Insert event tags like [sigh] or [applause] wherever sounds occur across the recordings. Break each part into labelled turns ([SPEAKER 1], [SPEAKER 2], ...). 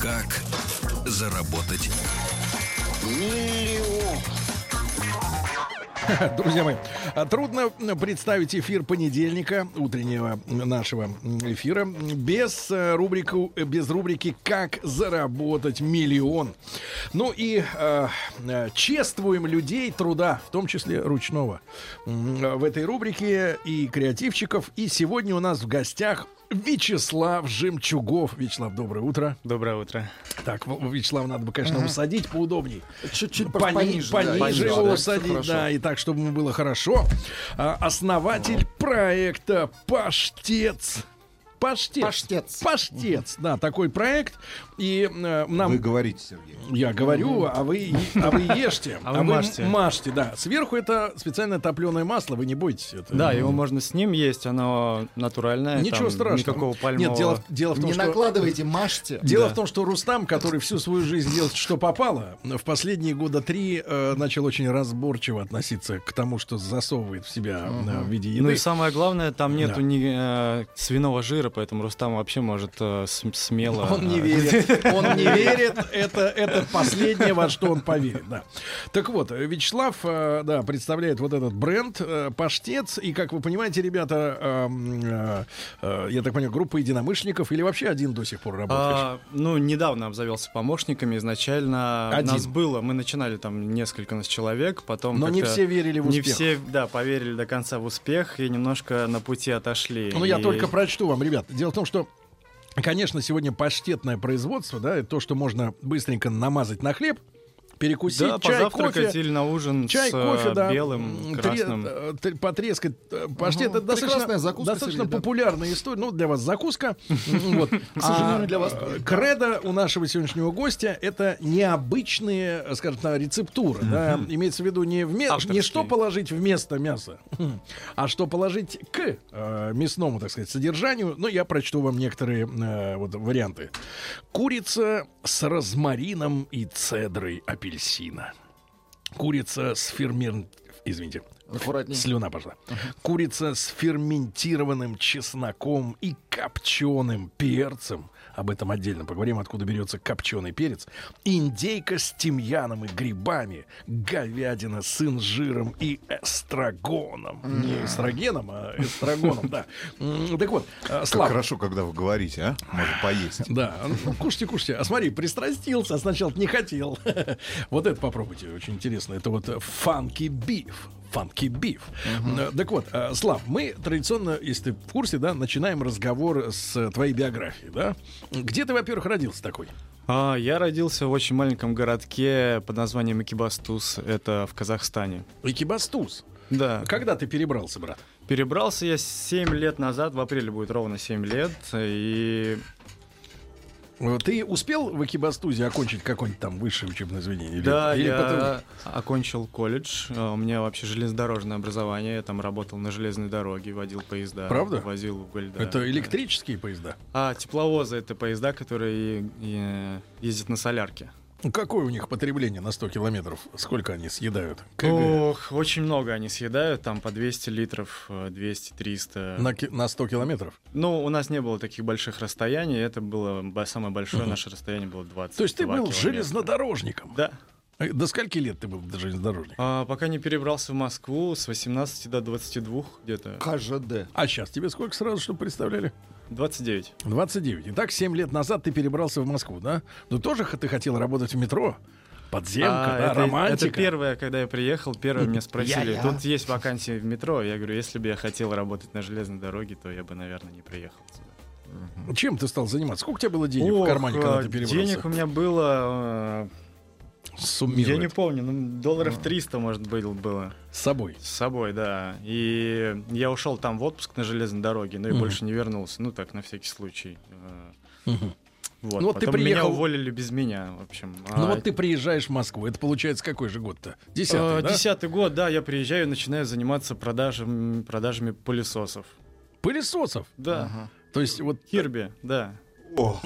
[SPEAKER 1] Как заработать
[SPEAKER 2] [laughs] Друзья мои, а, трудно представить эфир понедельника, утреннего нашего эфира, без, э, рубрику, э, без рубрики «Как заработать миллион». Ну и э, э, чествуем людей труда, в том числе ручного, М, э, в этой рубрике и креативщиков. И сегодня у нас в гостях Вячеслав Жемчугов. Вячеслав, доброе утро.
[SPEAKER 3] Доброе утро.
[SPEAKER 2] Так, Вя- Вячеслава надо бы, конечно, усадить поудобней.
[SPEAKER 4] Чуть-чуть
[SPEAKER 2] Пони-
[SPEAKER 4] пониже, да,
[SPEAKER 2] пониже
[SPEAKER 4] Ну, пониже,
[SPEAKER 2] его
[SPEAKER 4] да,
[SPEAKER 2] усадить,
[SPEAKER 4] хорошо.
[SPEAKER 2] да, и так, чтобы ему было хорошо. А, основатель проекта Паштец. Паштец.
[SPEAKER 4] Паштец.
[SPEAKER 2] Паштец, да, такой проект. И э, нам...
[SPEAKER 5] Вы говорите, Сергей.
[SPEAKER 2] Я говорю, а вы, е- а вы ешьте.
[SPEAKER 3] [laughs] А вы мажьте.
[SPEAKER 2] мажьте, да. Сверху это специально топленое масло, вы не бойтесь. Это...
[SPEAKER 3] Да, его можно с ним есть, оно натуральное.
[SPEAKER 2] Ничего
[SPEAKER 3] там
[SPEAKER 2] страшного.
[SPEAKER 3] Никакого пальмового.
[SPEAKER 2] Нет, дело, в- дело в том,
[SPEAKER 4] Не
[SPEAKER 2] что...
[SPEAKER 4] накладывайте, [laughs] мажьте.
[SPEAKER 2] Дело
[SPEAKER 3] Да.
[SPEAKER 2] в том, что Рустам, который всю свою жизнь делал, что попало, в последние года три э, начал очень разборчиво относиться к тому, что засовывает в себя э, в виде еды.
[SPEAKER 3] Ну и самое главное, там нету
[SPEAKER 2] Да.
[SPEAKER 3] ни, э, свиного жира, поэтому Рустам вообще может э, см- смело...
[SPEAKER 2] Он не
[SPEAKER 3] э,
[SPEAKER 2] верит. Он не верит. [laughs] Это, это последнее, во что он поверит. Да. Так вот, Вячеслав э, да, представляет вот этот бренд э, Паштец. И, как вы понимаете, ребята, эм, э, э, я так понимаю, группа единомышленников или вообще один до сих пор работает?
[SPEAKER 3] А, ну, недавно обзавелся помощниками. Изначально
[SPEAKER 2] Один.
[SPEAKER 3] нас было, мы начинали там несколько нас человек, потом
[SPEAKER 2] Но не
[SPEAKER 3] как-то
[SPEAKER 2] все верили в
[SPEAKER 3] не
[SPEAKER 2] успех.
[SPEAKER 3] все, да, поверили до конца в успех и немножко на пути отошли.
[SPEAKER 2] Ну, я
[SPEAKER 3] И-
[SPEAKER 2] только прочту вам, ребят. Дело в том, что Конечно, сегодня паштетное производство, да, это то, что можно быстренько намазать на хлеб, перекусить,
[SPEAKER 3] да,
[SPEAKER 2] чай,
[SPEAKER 3] позавтракать
[SPEAKER 2] кофе,
[SPEAKER 3] или на ужин
[SPEAKER 2] чай,
[SPEAKER 3] с э,
[SPEAKER 2] кофе, да,
[SPEAKER 3] белым,
[SPEAKER 2] м,
[SPEAKER 3] красным.
[SPEAKER 2] тре- э, тре- потрескать э, паштет.
[SPEAKER 4] Мгм.
[SPEAKER 2] Это достаточно,
[SPEAKER 4] Прекрасная закуска
[SPEAKER 2] достаточно
[SPEAKER 4] себе, да.
[SPEAKER 2] популярная история. Ну, для вас
[SPEAKER 4] [laughs]
[SPEAKER 2] закуска. М, вот.
[SPEAKER 4] К сожалению,
[SPEAKER 2] А,
[SPEAKER 4] для вас
[SPEAKER 2] э,
[SPEAKER 4] тоже.
[SPEAKER 2] Кредо у нашего сегодняшнего гостя это необычные, э, скажем так, рецептуры. да. Имеется в виду не, вме- не
[SPEAKER 3] Авторские.
[SPEAKER 2] что положить вместо мяса, а что положить к э, мясному, так сказать, содержанию. Но я прочту вам некоторые э, вот варианты. Курица с розмарином и цедрой апельсина. Курица с фермент... Извините,
[SPEAKER 4] Аккуратнее.
[SPEAKER 2] слюна пошла. Курица с ферментированным чесноком и копченым перцем. Об этом отдельно поговорим, откуда берется копченый перец. Индейка с тимьяном и грибами. Говядина с инжиром и эстрагоном. Не эстрогеном, а эстрагоном, да. М, Так вот, э,
[SPEAKER 5] Как
[SPEAKER 2] Слав,
[SPEAKER 5] хорошо, когда вы говорите, а? Можно поесть.
[SPEAKER 2] да, ну, кушайте, кушайте. А смотри, пристрастился, а сначала не хотел. [laughs] Вот это попробуйте, очень интересно. Это вот фанки биф. Фанки биф. Так вот, э, Слав, мы традиционно, если ты в курсе, да, начинаем разговор с э, твоей биографии, да? Где ты, во-первых, родился такой?
[SPEAKER 3] А, я родился в очень маленьком городке под названием Экибастуз, это в Казахстане.
[SPEAKER 2] Экибастуз.
[SPEAKER 3] Да.
[SPEAKER 2] Когда ты перебрался, брат?
[SPEAKER 3] Перебрался я 7 лет назад, в апреле будет ровно 7 лет, и
[SPEAKER 2] Э, Ты успел в Экибастузе окончить какое-нибудь там высшее учебное заведение? Или-
[SPEAKER 3] да,
[SPEAKER 2] или
[SPEAKER 3] я
[SPEAKER 2] потом-
[SPEAKER 3] окончил колледж, а, у меня вообще железнодорожное образование, я там работал на железной дороге, водил поезда.
[SPEAKER 2] Правда?
[SPEAKER 3] Возил уголь, да.
[SPEAKER 2] Это электрические поезда?
[SPEAKER 3] А, тепловозы — это поезда, которые э, ездят на солярке.
[SPEAKER 2] Ну, Какое у них потребление на 100 километров? Сколько они съедают? КГ?
[SPEAKER 3] Ох, очень много они съедают, там по 200 литров, э, 200-300.
[SPEAKER 2] На, ки- на 100 километров?
[SPEAKER 3] Ну, у нас не было таких больших расстояний, это было бо- самое большое наше расстояние было 20.
[SPEAKER 2] То есть ты был железнодорожником?
[SPEAKER 3] Да.
[SPEAKER 2] Э, До скольки лет ты был железнодорожником?
[SPEAKER 3] А, пока не перебрался в Москву с 18 до 22 где-то.
[SPEAKER 4] КЖД.
[SPEAKER 2] А сейчас тебе сколько сразу, чтобы представляли?
[SPEAKER 3] 29.
[SPEAKER 2] 29. Итак, 7 лет назад ты перебрался в Москву, да? Ну, тоже х- ты хотел работать в метро. Подземка,
[SPEAKER 3] А,
[SPEAKER 2] да,
[SPEAKER 3] это,
[SPEAKER 2] романтика.
[SPEAKER 3] это первое, когда я приехал,
[SPEAKER 2] [laughs]
[SPEAKER 3] первое меня спросили,
[SPEAKER 4] Я-я.
[SPEAKER 3] тут есть вакансии в метро. Я говорю, если бы я хотел работать на железной дороге, то я бы, наверное, не приехал сюда.
[SPEAKER 2] Чем ты стал заниматься? Сколько у тебя было денег в
[SPEAKER 3] Ох,
[SPEAKER 2] кармане, когда
[SPEAKER 3] а,
[SPEAKER 2] ты перебрался?
[SPEAKER 3] Денег у меня было, э, я
[SPEAKER 2] Суммирует.
[SPEAKER 3] не помню, ну, долларов 300, может, быть, было.
[SPEAKER 2] С собой.
[SPEAKER 3] С собой, да. И я ушел там в отпуск на железной дороге, но и
[SPEAKER 2] Мгм. больше
[SPEAKER 3] больше не вернулся. Ну так, на всякий случай. Э,
[SPEAKER 2] Мгм.
[SPEAKER 3] Вот.
[SPEAKER 2] Ну, вот ты
[SPEAKER 3] Потом
[SPEAKER 2] Потом меня приехал-
[SPEAKER 3] Меня уволили без меня, в общем. А э,
[SPEAKER 2] Ну, вот ты приезжаешь в Москву. Это получается какой же год-то? Десятый, да?
[SPEAKER 3] Десятый год, да, я приезжаю и начинаю заниматься продажами, продажами пылесосов.
[SPEAKER 2] Пылесосов.
[SPEAKER 3] Да.
[SPEAKER 2] То есть вот
[SPEAKER 3] Кирби, да.
[SPEAKER 5] О,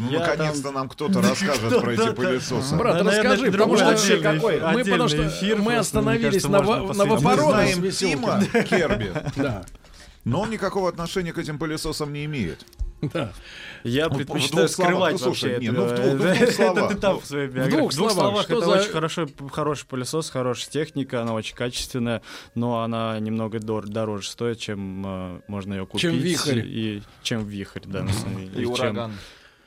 [SPEAKER 5] ну,
[SPEAKER 3] Я
[SPEAKER 5] наконец-то
[SPEAKER 3] там-
[SPEAKER 5] нам
[SPEAKER 3] [laughs]
[SPEAKER 5] кто-то расскажет про эти
[SPEAKER 3] Кто-то-
[SPEAKER 5] пылесосы.
[SPEAKER 2] Брат,
[SPEAKER 3] Да, наверное,
[SPEAKER 2] расскажи,
[SPEAKER 3] другой
[SPEAKER 2] потому что
[SPEAKER 3] отдельный-
[SPEAKER 2] какой? мы,
[SPEAKER 3] отдельный
[SPEAKER 2] потому что
[SPEAKER 3] эфир,
[SPEAKER 2] мы
[SPEAKER 3] просто,
[SPEAKER 2] остановились
[SPEAKER 3] мне
[SPEAKER 2] на,
[SPEAKER 3] кажется,
[SPEAKER 2] во-
[SPEAKER 3] можно
[SPEAKER 2] на
[SPEAKER 3] посвятить.
[SPEAKER 5] Мы
[SPEAKER 2] Вопорону с
[SPEAKER 5] знаем
[SPEAKER 2] Веселкиным.
[SPEAKER 5] Тима Керби,
[SPEAKER 2] Да,
[SPEAKER 5] но он никакого отношения к этим пылесосам не имеет.
[SPEAKER 2] да.
[SPEAKER 3] Я
[SPEAKER 5] Ну,
[SPEAKER 3] предпочитаю
[SPEAKER 5] в двух словах,
[SPEAKER 3] скрывать
[SPEAKER 5] ну, слушай,
[SPEAKER 3] вообще [laughs]
[SPEAKER 5] не,
[SPEAKER 3] это-
[SPEAKER 5] ну, в двух- ну, в двух
[SPEAKER 3] этот
[SPEAKER 5] словах,
[SPEAKER 3] этап
[SPEAKER 5] ну.
[SPEAKER 3] в своей
[SPEAKER 2] В
[SPEAKER 3] биографии.
[SPEAKER 2] двух
[SPEAKER 3] В двух
[SPEAKER 2] словах,
[SPEAKER 3] словах,
[SPEAKER 2] что
[SPEAKER 3] это
[SPEAKER 2] за-
[SPEAKER 3] очень хороший, хороший пылесос, хорошая техника, она очень качественная, но она немного дор- дороже стоит, чем э, можно ее купить.
[SPEAKER 2] Чем вихрь.
[SPEAKER 3] И, чем вихрь, да. на самом деле. чем-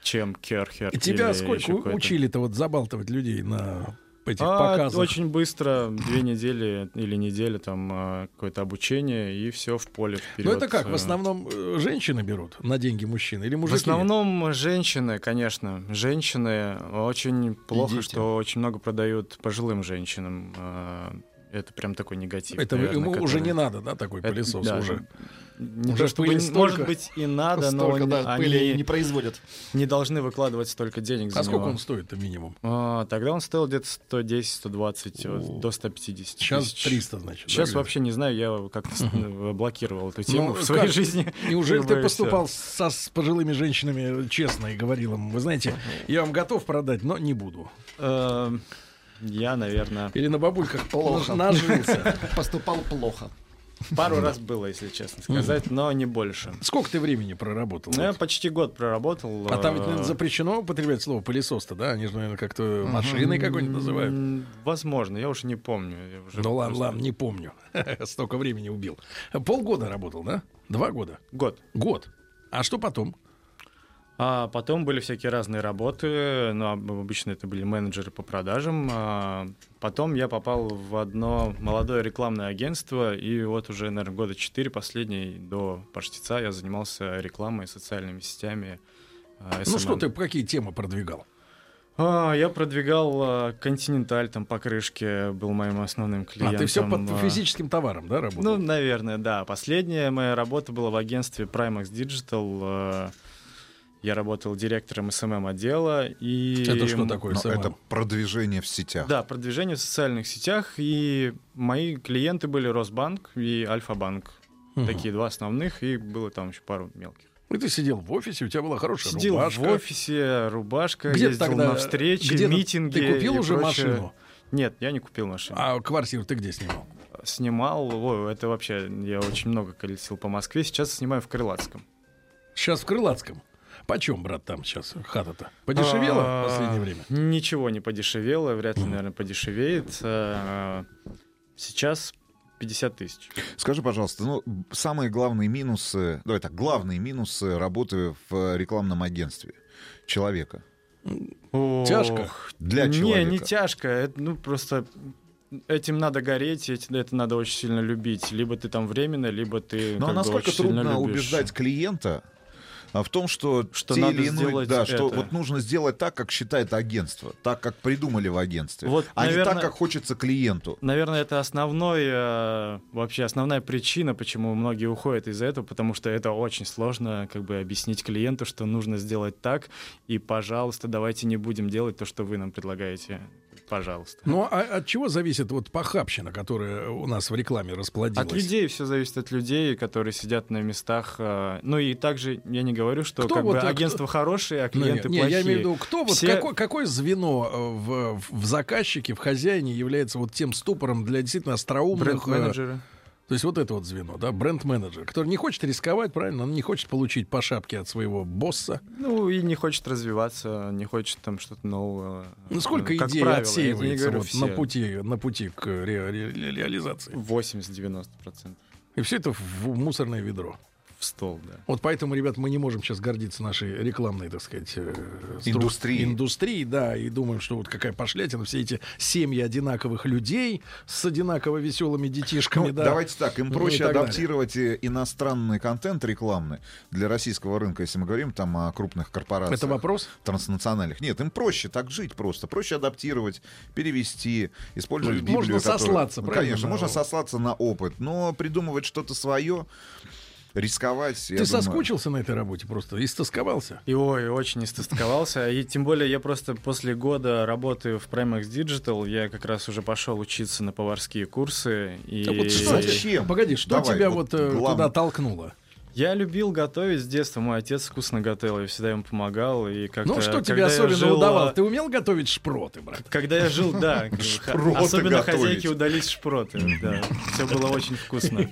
[SPEAKER 3] Чем керхер.
[SPEAKER 2] И тебя
[SPEAKER 3] или
[SPEAKER 2] сколько
[SPEAKER 3] еще какой-то.
[SPEAKER 2] учили-то вот забалтывать людей на этих
[SPEAKER 3] А,
[SPEAKER 2] показах?
[SPEAKER 3] Очень быстро, две недели или неделя там э, какое-то обучение, и все в поле
[SPEAKER 2] Ну
[SPEAKER 3] вперед.
[SPEAKER 2] это как, в
[SPEAKER 3] Э,
[SPEAKER 2] основном э, женщины берут на деньги мужчин или
[SPEAKER 3] В
[SPEAKER 2] мужики?
[SPEAKER 3] основном женщины, конечно, женщины очень плохо,
[SPEAKER 5] дети.
[SPEAKER 3] что очень много продают пожилым женщинам. Э, Это прям такой негатив.
[SPEAKER 2] Это
[SPEAKER 3] наверное,
[SPEAKER 2] ему уже
[SPEAKER 3] который-
[SPEAKER 2] не надо, да, такой
[SPEAKER 3] Это-
[SPEAKER 2] пылесос
[SPEAKER 3] да,
[SPEAKER 2] уже?
[SPEAKER 3] Не
[SPEAKER 2] Уже
[SPEAKER 3] то, чтобы
[SPEAKER 2] пыли
[SPEAKER 3] не-
[SPEAKER 2] столько.
[SPEAKER 3] может быть и надо, но
[SPEAKER 4] Столько,
[SPEAKER 3] он-
[SPEAKER 4] да, пыли не
[SPEAKER 3] они
[SPEAKER 4] производят.
[SPEAKER 3] не должны выкладывать столько денег за
[SPEAKER 2] А сколько
[SPEAKER 3] него.
[SPEAKER 2] он стоит-то минимум?
[SPEAKER 3] А, Тогда он стоил где-то 110-120, вот, до 150
[SPEAKER 2] Сейчас
[SPEAKER 3] тысяч.
[SPEAKER 2] 300, значит. да,
[SPEAKER 3] Сейчас
[SPEAKER 2] где-то?
[SPEAKER 3] вообще не знаю, я как-то с- блокировал эту тему
[SPEAKER 2] Ну,
[SPEAKER 3] в своей
[SPEAKER 2] как?
[SPEAKER 3] жизни. [laughs]
[SPEAKER 2] Неужели
[SPEAKER 3] Как бы
[SPEAKER 2] ты
[SPEAKER 3] и
[SPEAKER 2] поступал со, с пожилыми женщинами э, честно и говорил им, вы знаете, я вам готов продать, но не буду.
[SPEAKER 3] всё. Эм, Я, наверное,
[SPEAKER 2] Или на бабульках
[SPEAKER 4] [laughs] Плохо.
[SPEAKER 2] нажился.
[SPEAKER 4] Поступал плохо.
[SPEAKER 3] пару раз было, если честно сказать, но не больше.
[SPEAKER 2] Сколько ты времени проработал?
[SPEAKER 3] Ну, Я
[SPEAKER 2] Вот.
[SPEAKER 3] почти год проработал.
[SPEAKER 2] А там ведь,
[SPEAKER 3] э,
[SPEAKER 2] наверное, запрещено употреблять слово пылесос-то, да? Они же, наверное, как-то машиной какой-нибудь называют.
[SPEAKER 3] м, Возможно, я уже не помню. я уже
[SPEAKER 2] Ну ладно,
[SPEAKER 3] просто-
[SPEAKER 2] ладно, не помню. [laughs] Столько времени убил. Полгода работал, да? Два года?
[SPEAKER 3] Год.
[SPEAKER 2] Год. А что потом?
[SPEAKER 3] А потом были всякие разные работы, но обычно это были менеджеры по продажам. А потом я попал в одно молодое рекламное агентство, и вот уже, наверное, года четыре последний до Паштица я занимался рекламой, социальными сетями. а,
[SPEAKER 2] Ну
[SPEAKER 3] SMM.
[SPEAKER 2] что ты, какие темы продвигал?
[SPEAKER 3] А, я продвигал а, «Континенталь» там по крышке, был моим основным клиентом.
[SPEAKER 2] А ты все под
[SPEAKER 3] А,
[SPEAKER 2] физическим товаром, да,
[SPEAKER 3] Ну,
[SPEAKER 2] работал?
[SPEAKER 3] наверное, да. Последняя моя работа была в агентстве Primax Digital. Э, Я работал директором СММ отдела и ну,
[SPEAKER 2] Это что такое?
[SPEAKER 5] Но
[SPEAKER 2] SMM?
[SPEAKER 5] это продвижение в сетях.
[SPEAKER 3] Да, продвижение в социальных сетях и мои клиенты были Росбанк и Альфа-банк,
[SPEAKER 2] Мгм.
[SPEAKER 3] такие два основных и было там еще пару мелких.
[SPEAKER 2] И ты сидел в офисе, у тебя была хорошая
[SPEAKER 3] Сидел
[SPEAKER 2] рубашка.
[SPEAKER 3] в офисе, рубашка,
[SPEAKER 2] Где ты
[SPEAKER 3] ездил
[SPEAKER 2] тогда-
[SPEAKER 3] на встречи,
[SPEAKER 2] где ты-
[SPEAKER 3] митинги.
[SPEAKER 2] Ты купил
[SPEAKER 3] и
[SPEAKER 2] уже
[SPEAKER 3] прочее.
[SPEAKER 2] машину?
[SPEAKER 3] Нет, я не купил машину.
[SPEAKER 2] А квартиру ты где снимал?
[SPEAKER 3] Снимал, ой, это вообще я очень много колесил по Москве. Сейчас снимаю в Крылатском.
[SPEAKER 2] Сейчас в Крылатском. Почем, брат, там сейчас хата-то? Подешевела в
[SPEAKER 3] А,
[SPEAKER 2] последнее время?
[SPEAKER 3] Ничего не подешевело, вряд ли, наверное, подешевеет. А, Сейчас 50 тысяч.
[SPEAKER 5] Скажи, пожалуйста, ну, самые главные минусы, давай так, главные минусы работы в рекламном агентстве человека.
[SPEAKER 2] Тяжко?
[SPEAKER 3] Ох,
[SPEAKER 5] Для
[SPEAKER 3] не,
[SPEAKER 5] человека.
[SPEAKER 3] не тяжко. Это, ну, просто этим надо гореть, эти- это надо очень сильно любить. Либо ты там временно, либо ты как бы,
[SPEAKER 5] Но Ну, а насколько
[SPEAKER 3] очень сильно
[SPEAKER 5] трудно
[SPEAKER 3] любишь.
[SPEAKER 5] убеждать клиента а, в том, что,
[SPEAKER 3] Что
[SPEAKER 5] те
[SPEAKER 3] надо
[SPEAKER 5] или иные-
[SPEAKER 3] сделать
[SPEAKER 5] да, что
[SPEAKER 3] это.
[SPEAKER 5] вот нужно сделать так, как считает агентство, так, как придумали в агентстве,
[SPEAKER 3] Вот,
[SPEAKER 5] а не
[SPEAKER 3] наверное-
[SPEAKER 5] так, как хочется клиенту.
[SPEAKER 3] [laughs] Наверное, это основной, э, вообще основная причина, почему многие уходят из-за этого, потому что это очень сложно как бы объяснить клиенту, что нужно сделать так, и, пожалуйста, давайте не будем делать то, что вы нам предлагаете. Пожалуйста.
[SPEAKER 2] Ну, а от чего зависит вот похабщина, которая у нас в рекламе расплодилась?
[SPEAKER 3] От людей все зависит от людей, которые сидят на местах. э, Ну и также я не говорю, что
[SPEAKER 2] Кто
[SPEAKER 3] как
[SPEAKER 2] вот,
[SPEAKER 3] бы
[SPEAKER 2] а кто-
[SPEAKER 3] агентства хорошие, а
[SPEAKER 2] Ну,
[SPEAKER 3] клиенты
[SPEAKER 2] не,
[SPEAKER 3] плохие.
[SPEAKER 2] я имею в виду, кто вот
[SPEAKER 3] Все-
[SPEAKER 2] какое, какое звено э, в, в заказчике, в хозяине является вот тем ступором для действительно остроумных. э,
[SPEAKER 3] Бренд-менеджеры.
[SPEAKER 2] То есть вот это вот звено, да, бренд-менеджер, который не хочет рисковать, правильно, он не хочет получить по шапке от своего босса.
[SPEAKER 3] Ну и не хочет развиваться, не хочет там что-то нового.
[SPEAKER 2] Ну, сколько
[SPEAKER 3] Как
[SPEAKER 2] идей
[SPEAKER 3] правило, я не
[SPEAKER 2] отсеивается
[SPEAKER 3] говорю
[SPEAKER 2] вот
[SPEAKER 3] все.
[SPEAKER 2] на пути, на пути к ре- ре- ре- реализации?
[SPEAKER 3] 80-90%
[SPEAKER 2] И все это в в мусорное ведро.
[SPEAKER 3] в стол, да.
[SPEAKER 2] Вот поэтому, ребят, мы не можем сейчас гордиться нашей рекламной, так сказать, э, стру-
[SPEAKER 5] Индустрией.
[SPEAKER 2] Индустрией, да, и думаем, что вот какая пошлятина, все эти семьи одинаковых людей с одинаково веселыми детишками,
[SPEAKER 5] Ну,
[SPEAKER 2] да.
[SPEAKER 5] Давайте так, им
[SPEAKER 2] Ну, и
[SPEAKER 5] проще
[SPEAKER 2] так далее.
[SPEAKER 5] адаптировать э, иностранный контент рекламный для российского рынка, если мы говорим там о крупных корпорациях.
[SPEAKER 2] Это вопрос?
[SPEAKER 5] транснациональных. Нет, им проще так жить просто. Проще адаптировать, перевести, использовать
[SPEAKER 2] Ну,
[SPEAKER 5] Библию.
[SPEAKER 2] можно
[SPEAKER 5] которую-
[SPEAKER 2] сослаться,
[SPEAKER 5] Ну,
[SPEAKER 2] правильно,
[SPEAKER 5] Конечно,
[SPEAKER 2] на-
[SPEAKER 5] можно сослаться на опыт, но придумывать что-то свое, рисковать. я
[SPEAKER 2] Ты
[SPEAKER 5] думаю-
[SPEAKER 2] соскучился на этой работе просто, истосковался?
[SPEAKER 3] И ой, очень истосковался. И тем более я просто после года работы в Primex Digital, я как раз уже пошел учиться на поварские курсы. И
[SPEAKER 2] А вот что
[SPEAKER 5] Зачем?
[SPEAKER 2] Погоди, что
[SPEAKER 5] Давай,
[SPEAKER 2] тебя вот,
[SPEAKER 5] вот
[SPEAKER 2] э,
[SPEAKER 5] главное.
[SPEAKER 2] туда толкнуло?
[SPEAKER 3] Я любил готовить с детства. Мой отец вкусно готовил, я всегда ему помогал. И как-то,
[SPEAKER 2] Ну, что тебе
[SPEAKER 3] когда я
[SPEAKER 2] особенно
[SPEAKER 3] жил,
[SPEAKER 2] удавалось?
[SPEAKER 3] а,
[SPEAKER 2] Ты умел готовить шпроты, брат?
[SPEAKER 3] Когда я жил,
[SPEAKER 2] [laughs]
[SPEAKER 3] да.
[SPEAKER 5] Шпроты
[SPEAKER 3] Особенно
[SPEAKER 5] готовить.
[SPEAKER 3] хозяйки удались шпроты. Да. Все было очень вкусно.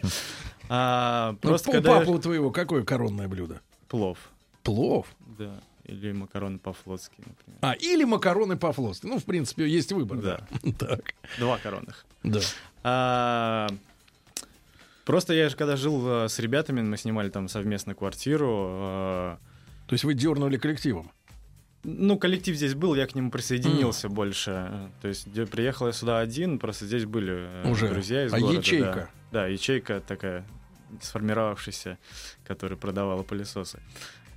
[SPEAKER 3] А,
[SPEAKER 2] Ну,
[SPEAKER 3] просто
[SPEAKER 2] у
[SPEAKER 3] когда я-
[SPEAKER 2] папы у твоего какое коронное блюдо?
[SPEAKER 3] Плов.
[SPEAKER 2] Плов.
[SPEAKER 3] Да. Или макароны по-флотски, например.
[SPEAKER 2] А, или макароны по-флотски. Ну, в принципе, есть выбор.
[SPEAKER 3] Да.
[SPEAKER 2] [laughs] Так.
[SPEAKER 3] Два коронных.
[SPEAKER 2] Да.
[SPEAKER 3] А, Просто я же когда жил э, с ребятами, мы снимали там совместно квартиру. э,
[SPEAKER 2] То есть вы дернули коллективом.
[SPEAKER 3] Ну, коллектив здесь был, я к нему присоединился больше. Э, То есть где приехал я сюда один, просто здесь были э,
[SPEAKER 2] Уже.
[SPEAKER 3] друзья из
[SPEAKER 2] А
[SPEAKER 3] города. да.
[SPEAKER 2] ячейка?
[SPEAKER 3] Да. ячейка такая сформировавшаяся, которая продавала пылесосы.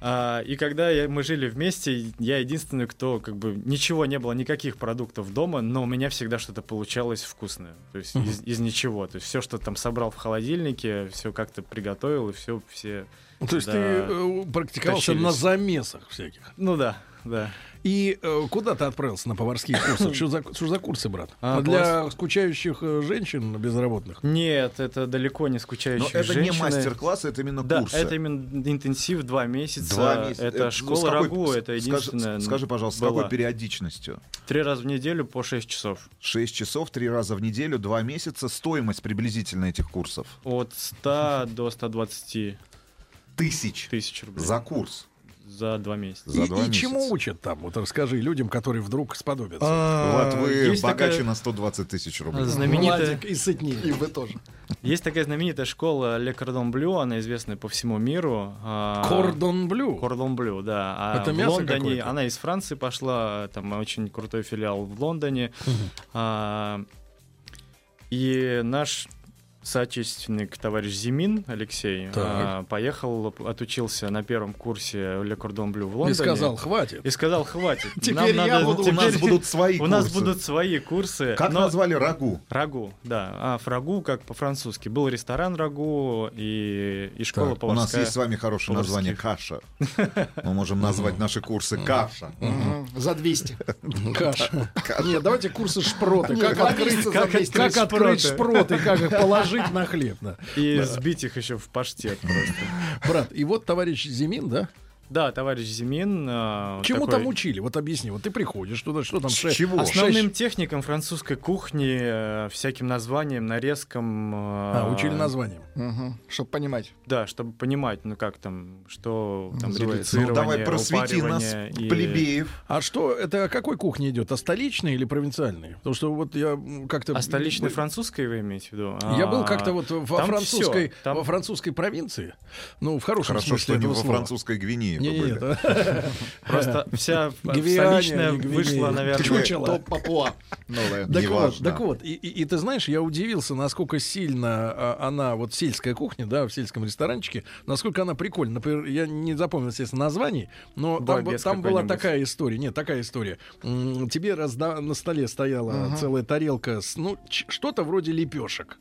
[SPEAKER 3] А, и когда я- мы жили вместе, я единственный, кто как бы ничего не было, никаких продуктов дома, но у меня всегда что-то получалось вкусное. То есть
[SPEAKER 2] Мгм.
[SPEAKER 3] из, из ничего. То есть все, что там собрал в холодильнике, все как-то приготовил, и все, все.
[SPEAKER 2] Ну, То есть
[SPEAKER 3] Да.
[SPEAKER 2] ты э, практиковался
[SPEAKER 3] Тащились.
[SPEAKER 2] на замесах всяких.
[SPEAKER 3] Ну да, да.
[SPEAKER 2] И э, куда ты отправился на поварские курсы? Что за, что за курсы, брат?
[SPEAKER 3] А,
[SPEAKER 2] Ну, Для скучающих э, женщин безработных.
[SPEAKER 3] Нет, это далеко не скучающие
[SPEAKER 5] Но это не
[SPEAKER 3] женщины.
[SPEAKER 5] мастер-класс, это именно
[SPEAKER 3] Да,
[SPEAKER 5] курсы.
[SPEAKER 3] это именно интенсив два месяца.
[SPEAKER 5] Два месяца.
[SPEAKER 3] Это
[SPEAKER 5] Э, ну,
[SPEAKER 3] школа
[SPEAKER 5] с какой-
[SPEAKER 3] Рагу, это
[SPEAKER 5] скажи-
[SPEAKER 3] единственное.
[SPEAKER 5] Скажи, пожалуйста, с
[SPEAKER 3] была.
[SPEAKER 5] какой периодичностью?
[SPEAKER 3] Три раза в неделю по 6 часов.
[SPEAKER 5] 6 часов, 3 раза в неделю, 2 месяца. Стоимость приблизительно этих курсов?
[SPEAKER 3] От 100 [laughs] до 120
[SPEAKER 5] Тысяч.
[SPEAKER 3] тысяч рублей.
[SPEAKER 5] За курс.
[SPEAKER 3] За два месяца.
[SPEAKER 5] За
[SPEAKER 2] и,
[SPEAKER 5] два
[SPEAKER 2] и чему
[SPEAKER 5] месяца.
[SPEAKER 2] учат там? Вот расскажи людям, которые вдруг сподобятся.
[SPEAKER 5] Вот
[SPEAKER 3] А,
[SPEAKER 5] вы
[SPEAKER 3] есть
[SPEAKER 5] богаче
[SPEAKER 3] такая-
[SPEAKER 5] на 120 тысяч рублей.
[SPEAKER 3] Знаменитая,
[SPEAKER 2] Владик и сытнее. И вы тоже.
[SPEAKER 3] есть такая знаменитая школа Ле Кордон Блю, она известная по всему миру. А,
[SPEAKER 2] Кордон блю.
[SPEAKER 3] Кордон Блю, да. А
[SPEAKER 2] Это
[SPEAKER 3] в
[SPEAKER 2] мясо
[SPEAKER 3] Лондоне
[SPEAKER 2] какое-то?
[SPEAKER 3] она из Франции пошла, там очень крутой филиал в Лондоне. А, и наш соотечественник товарищ Зимин Алексей
[SPEAKER 2] Так.
[SPEAKER 3] а, поехал, отучился на первом курсе в Ле Кордон Блю в Лондоне.
[SPEAKER 2] И сказал, хватит.
[SPEAKER 3] И
[SPEAKER 2] [laughs]
[SPEAKER 3] сказал, хватит.
[SPEAKER 2] Теперь
[SPEAKER 3] нам
[SPEAKER 2] я
[SPEAKER 3] надо-
[SPEAKER 2] буду-
[SPEAKER 5] У нас
[SPEAKER 3] теперь
[SPEAKER 5] будут
[SPEAKER 3] [laughs]
[SPEAKER 5] свои
[SPEAKER 3] у нас
[SPEAKER 5] курсы.
[SPEAKER 3] будут свои курсы.
[SPEAKER 5] Как
[SPEAKER 3] но-
[SPEAKER 5] назвали рагу?
[SPEAKER 3] Рагу, да. А в Рагу, как по-французски, был ресторан Рагу и, и школа
[SPEAKER 5] У нас
[SPEAKER 3] поварская.
[SPEAKER 5] есть с вами хорошее
[SPEAKER 3] [laughs]
[SPEAKER 5] название каша. Мы можем назвать наши курсы каша. Ну,
[SPEAKER 4] Мгм. За [laughs] 200.
[SPEAKER 2] [laughs] Каша. Нет, давайте курсы
[SPEAKER 4] [laughs]
[SPEAKER 2] шпроты.
[SPEAKER 4] Нет,
[SPEAKER 2] Как
[SPEAKER 4] два
[SPEAKER 2] открыть,
[SPEAKER 4] месяца за
[SPEAKER 2] как,
[SPEAKER 4] 200
[SPEAKER 2] как
[SPEAKER 3] шпроты.
[SPEAKER 2] открыть шпроты, как [laughs] их положить на хлеб. да.
[SPEAKER 3] И сбить их еще в
[SPEAKER 2] [laughs]
[SPEAKER 3] паштет просто.
[SPEAKER 2] Брат, и вот товарищ Зимин, да?
[SPEAKER 3] Да, товарищ Зимин. а,
[SPEAKER 2] Чему
[SPEAKER 3] такой
[SPEAKER 2] там учили? Вот объясни. Вот ты приходишь туда, что там?
[SPEAKER 5] С
[SPEAKER 2] шеф?
[SPEAKER 5] чего?
[SPEAKER 3] Основным техникам французской кухни, э, всяким названием, нарезкам.
[SPEAKER 2] А,
[SPEAKER 3] э,
[SPEAKER 2] учили названием.
[SPEAKER 4] Чтобы понимать.
[SPEAKER 3] Да, чтобы понимать, ну как там, что там
[SPEAKER 4] Называется.
[SPEAKER 5] Ну, давай
[SPEAKER 3] редуцирование,
[SPEAKER 5] просвети нас,
[SPEAKER 3] упаривание и-
[SPEAKER 5] плебеев.
[SPEAKER 2] А что, это о какой кухне идет? О столичной или провинциальной? Потому что вот я м, как-то...
[SPEAKER 3] А столичной
[SPEAKER 2] б-
[SPEAKER 3] французской вы имеете в виду?
[SPEAKER 2] Я был
[SPEAKER 3] А,
[SPEAKER 2] как-то вот во
[SPEAKER 3] там
[SPEAKER 2] французской,
[SPEAKER 3] всё, там-
[SPEAKER 2] во французской провинции. Ну, в хорошем
[SPEAKER 5] Хорошо,
[SPEAKER 2] смысле
[SPEAKER 5] что не
[SPEAKER 2] этого
[SPEAKER 5] во
[SPEAKER 2] слова.
[SPEAKER 5] французской Гвинее вы
[SPEAKER 2] Не, не,
[SPEAKER 5] были.
[SPEAKER 2] нет, а.
[SPEAKER 3] Просто
[SPEAKER 2] [laughs]
[SPEAKER 3] вся
[SPEAKER 2] Гвиана,
[SPEAKER 3] столичная
[SPEAKER 2] э, не Гвинея.
[SPEAKER 3] вышла, наверное,
[SPEAKER 2] Чучело.
[SPEAKER 4] Топ Папуа.
[SPEAKER 3] Э,
[SPEAKER 5] Новое.
[SPEAKER 2] Так вот,
[SPEAKER 5] Неважно.
[SPEAKER 2] так вот, и, и- и ты знаешь, я удивился, насколько сильно а, она, вот сельская кухня, да, в сельском ресторанчике, насколько она прикольна. Например, я не запомнил, естественно, названий, но там,
[SPEAKER 3] Балбес
[SPEAKER 2] бу- там была
[SPEAKER 3] какой-нибудь.
[SPEAKER 2] такая история. Нет, такая история. М, Тебе разда- на столе стояла целая тарелка с, ну, ч- что-то вроде лепешек.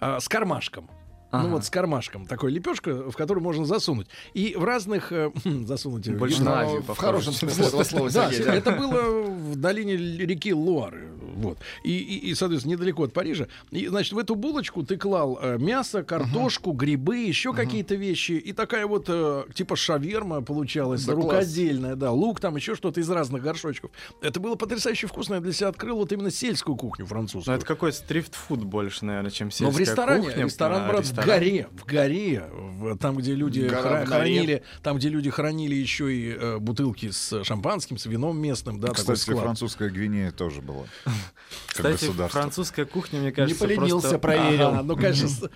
[SPEAKER 2] а, с кармашком. Ну вот с кармашком такой лепешка, в которую можно засунуть. И в разных э, [laughs] засунуть. её.
[SPEAKER 3] Больше
[SPEAKER 2] И-
[SPEAKER 3] на
[SPEAKER 4] Ну,
[SPEAKER 3] Азию
[SPEAKER 4] В
[SPEAKER 3] похоже.
[SPEAKER 4] хорошем смысле этого слова,
[SPEAKER 2] да,
[SPEAKER 4] Сергей, да.
[SPEAKER 2] это было в долине реки Луары. Вот. И, и, и, соответственно, недалеко от Парижа. И, значит, в эту булочку ты клал э, мясо, картошку, грибы, еще какие-то вещи. И такая вот, э, типа, шаверма получалась,
[SPEAKER 4] Да класс.
[SPEAKER 2] рукодельная, да, лук там, еще что-то из разных горшочков. Это было потрясающе вкусно. Я для себя открыл вот именно сельскую кухню
[SPEAKER 3] Ну,
[SPEAKER 2] французскую.
[SPEAKER 3] это какой-то стрит-фуд больше, наверное, чем сельская
[SPEAKER 2] Но в ресторане,
[SPEAKER 3] кухня.
[SPEAKER 2] ресторан,
[SPEAKER 3] А,
[SPEAKER 2] брат,
[SPEAKER 3] ресторан.
[SPEAKER 2] в горе, в горе, в- там, где люди
[SPEAKER 4] Гора
[SPEAKER 2] хра-
[SPEAKER 4] в горе.
[SPEAKER 2] хранили, там, где люди хранили еще и э, бутылки с шампанским, с вином местным, да, такой
[SPEAKER 5] Кстати,
[SPEAKER 2] склад.
[SPEAKER 5] французская Гвинея тоже была. Как
[SPEAKER 3] [laughs] Кстати,
[SPEAKER 5] государство.
[SPEAKER 3] французская кухня, мне кажется,
[SPEAKER 4] поленился,
[SPEAKER 3] просто-
[SPEAKER 4] проверил.
[SPEAKER 2] Ага, ну, конечно, с-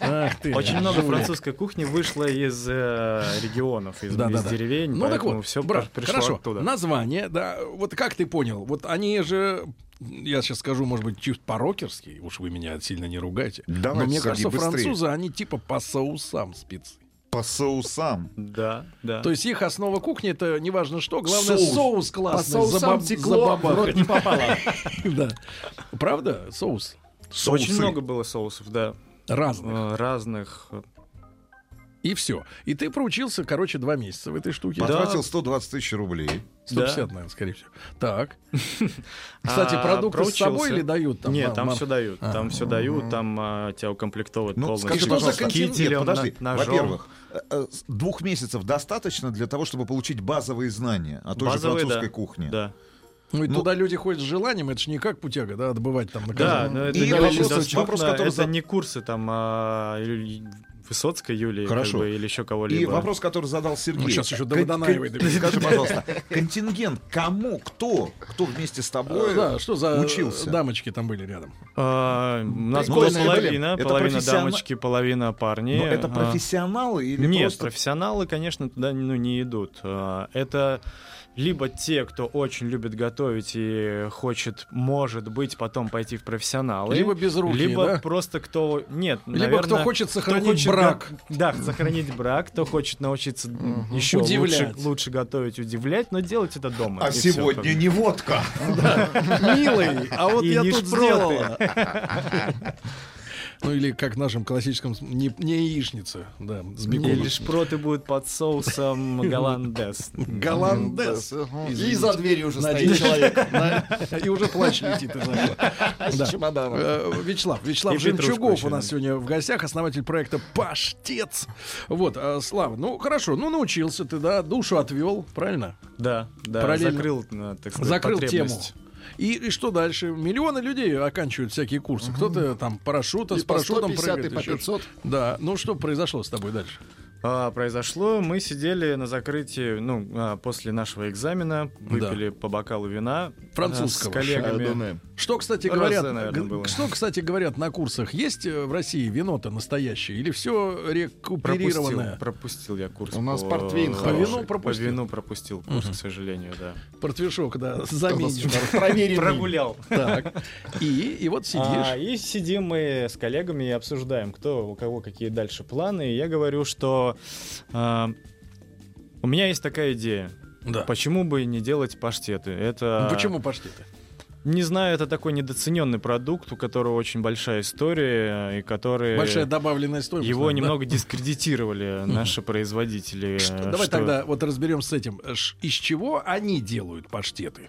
[SPEAKER 2] Ах ты,
[SPEAKER 3] Очень много
[SPEAKER 2] жулик.
[SPEAKER 3] французской кухни вышло из э, регионов, из, из
[SPEAKER 2] Да-да-да.
[SPEAKER 3] деревень.
[SPEAKER 2] Ну так
[SPEAKER 3] поэтому
[SPEAKER 2] вот,
[SPEAKER 3] все
[SPEAKER 2] брат,
[SPEAKER 3] пришло
[SPEAKER 2] хорошо.
[SPEAKER 3] оттуда.
[SPEAKER 2] Название, да, вот как ты понял, вот они же, я сейчас скажу, может быть, чуть по-рокерски, уж вы меня сильно не ругайте.
[SPEAKER 5] Давайте,
[SPEAKER 2] но мне
[SPEAKER 5] Сергей,
[SPEAKER 2] кажется,
[SPEAKER 5] быстрее.
[SPEAKER 2] французы, они типа по соусам спецы.
[SPEAKER 5] По соусам.
[SPEAKER 3] Да, да.
[SPEAKER 2] То есть их основа кухни это неважно что, главное соус,
[SPEAKER 5] Соус.
[SPEAKER 4] По
[SPEAKER 2] классный.
[SPEAKER 4] соусам
[SPEAKER 2] забаб-
[SPEAKER 4] текло, в
[SPEAKER 2] забабахать.
[SPEAKER 4] рот не [laughs] попало.
[SPEAKER 2] [laughs] Да. Правда, соус
[SPEAKER 5] Соусы.
[SPEAKER 3] Очень много было соусов, да.
[SPEAKER 2] разный.
[SPEAKER 3] э, Разных.
[SPEAKER 2] И все. И ты проучился, короче, два месяца в этой штуке.
[SPEAKER 5] Потратил 120 тысяч рублей.
[SPEAKER 2] 150, наверное, скорее всего. Так. Кстати, продукты с собой
[SPEAKER 3] А, проучился.
[SPEAKER 2] или дают? там?
[SPEAKER 3] Нет,
[SPEAKER 2] мам-
[SPEAKER 3] там
[SPEAKER 2] мам-
[SPEAKER 3] все дают. Там все дают, там а, тебя укомплектовывают
[SPEAKER 5] Ну,
[SPEAKER 3] полностью.
[SPEAKER 5] скажи,
[SPEAKER 2] Что за
[SPEAKER 5] пожалуйста,
[SPEAKER 2] контин-
[SPEAKER 5] Нет,
[SPEAKER 3] кителем,
[SPEAKER 5] подожди.
[SPEAKER 3] на- ножом.
[SPEAKER 5] Во-первых, э, э, с- двух месяцев достаточно для того, чтобы получить базовые знания о той
[SPEAKER 3] Базовые,
[SPEAKER 5] же французской
[SPEAKER 3] да.
[SPEAKER 5] кухне.
[SPEAKER 3] Да.
[SPEAKER 2] Ну, и
[SPEAKER 5] Ну-
[SPEAKER 2] туда люди ходят с желанием, это же не как путяга, да, отбывать там на
[SPEAKER 3] Да, но это
[SPEAKER 5] И
[SPEAKER 3] не
[SPEAKER 5] вопрос-
[SPEAKER 3] очень доступно.
[SPEAKER 5] вопрос, который
[SPEAKER 3] это
[SPEAKER 5] за-
[SPEAKER 3] не курсы там а, Ю- Высоцкой Юлии как
[SPEAKER 5] Хорошо.
[SPEAKER 3] бы, или еще кого-либо.
[SPEAKER 5] И вопрос, который задал Сергей.
[SPEAKER 2] Ну, сейчас еще до
[SPEAKER 5] Кон-
[SPEAKER 2] Водонаевой
[SPEAKER 5] кон-
[SPEAKER 2] доберемся.
[SPEAKER 5] Скажи, пожалуйста, контингент кому, кто, кто вместе с
[SPEAKER 3] ну, э,
[SPEAKER 5] тобой
[SPEAKER 2] А, Да, что за э,
[SPEAKER 5] учился?
[SPEAKER 2] дамочки там были рядом?
[SPEAKER 3] А, у нас
[SPEAKER 5] Ну,
[SPEAKER 3] была
[SPEAKER 5] это-
[SPEAKER 3] половина,
[SPEAKER 5] это
[SPEAKER 3] половина
[SPEAKER 5] профессиона-
[SPEAKER 3] дамочки, половина парней.
[SPEAKER 5] Но это
[SPEAKER 3] А,
[SPEAKER 5] профессионалы или
[SPEAKER 3] Нет,
[SPEAKER 5] просто...
[SPEAKER 3] профессионалы, конечно, туда ну, не идут. А, Это либо те, кто очень любит готовить и хочет, может быть, потом пойти в профессионалы.
[SPEAKER 2] Либо безрукие,
[SPEAKER 3] Либо
[SPEAKER 2] да?
[SPEAKER 3] просто кто... Нет,
[SPEAKER 2] Либо кто хочет сохранить брак.
[SPEAKER 3] брак. Да, сохранить брак, кто хочет научиться еще лучше,
[SPEAKER 2] Удивлять.
[SPEAKER 3] лучше готовить, удивлять, но делать это дома.
[SPEAKER 5] А
[SPEAKER 3] и всё,
[SPEAKER 5] сегодня
[SPEAKER 3] как бы.
[SPEAKER 5] не водка.
[SPEAKER 2] Милый, а вот
[SPEAKER 3] И
[SPEAKER 2] я
[SPEAKER 3] не
[SPEAKER 2] тут
[SPEAKER 3] шпроты.
[SPEAKER 2] сделала. Ну или как в нашем классическом, не, не яичница, да, с беконом.
[SPEAKER 3] Или шпроты будут под соусом голландес.
[SPEAKER 2] Голландес.
[SPEAKER 4] И за дверью уже стоит
[SPEAKER 2] Надеюсь. [laughs]
[SPEAKER 4] человек
[SPEAKER 2] И уже плач летит из окна. Да.
[SPEAKER 4] с чемоданом.
[SPEAKER 2] Э, Вячеслав, Вячеслав
[SPEAKER 3] И Петрушку
[SPEAKER 2] Жемчугов
[SPEAKER 3] еще
[SPEAKER 2] у нас
[SPEAKER 3] надо.
[SPEAKER 2] сегодня в гостях, основатель проекта Паштец. Вот, а, Слава, ну хорошо, ну научился ты, да, душу отвел, правильно?
[SPEAKER 3] Да, да,
[SPEAKER 2] Параллельно.
[SPEAKER 3] закрыл, э, так сказать,
[SPEAKER 2] Закрыл тему.
[SPEAKER 3] потребность.
[SPEAKER 2] И, и что дальше? Миллионы людей оканчивают всякие курсы. Кто-то там парашюта
[SPEAKER 4] И
[SPEAKER 2] с
[SPEAKER 4] по
[SPEAKER 2] парашютом
[SPEAKER 4] 150, и
[SPEAKER 2] прыгает.
[SPEAKER 4] по
[SPEAKER 2] еще
[SPEAKER 4] 500.
[SPEAKER 2] что-то. Да, ну что произошло с тобой дальше?
[SPEAKER 3] А, произошло, мы сидели на закрытии, ну, а, после нашего экзамена, выпили по бокалу вина.
[SPEAKER 2] Французского.
[SPEAKER 3] а, С коллегами.
[SPEAKER 4] Шардоне.
[SPEAKER 2] Что, кстати,
[SPEAKER 3] Розе,
[SPEAKER 2] говорят,
[SPEAKER 3] наверное,
[SPEAKER 2] г-
[SPEAKER 3] было.
[SPEAKER 2] что, кстати, говорят на курсах? Есть э, в России вино-то настоящее или все
[SPEAKER 3] Пропустил,
[SPEAKER 2] рекуперированное?
[SPEAKER 3] пропустил я курс.
[SPEAKER 4] У нас портвейн
[SPEAKER 3] По
[SPEAKER 4] хороший.
[SPEAKER 3] вину пропустил. По вину пропустил курс, к сожалению, да.
[SPEAKER 2] Портвишок, да, заменишь.
[SPEAKER 4] Проверенный.
[SPEAKER 3] Прогулял.
[SPEAKER 2] Так. И, и вот сидишь.
[SPEAKER 3] А, и сидим мы с коллегами и обсуждаем, кто у кого какие дальше планы. И я говорю, что а, у меня есть такая идея.
[SPEAKER 2] да.
[SPEAKER 3] Почему бы не делать паштеты? Это
[SPEAKER 2] Ну, Почему паштеты?
[SPEAKER 3] Не знаю, это такой недооцененный продукт, у которого очень большая история, и который...
[SPEAKER 2] Большая добавленная стоимость.
[SPEAKER 3] э, Его
[SPEAKER 2] наверное, да? [laughs]
[SPEAKER 3] немного дискредитировали наши производители.
[SPEAKER 2] Что-
[SPEAKER 3] э,
[SPEAKER 2] Давай
[SPEAKER 3] что-
[SPEAKER 2] тогда вот разберемся с этим. Ш- Из чего они делают паштеты?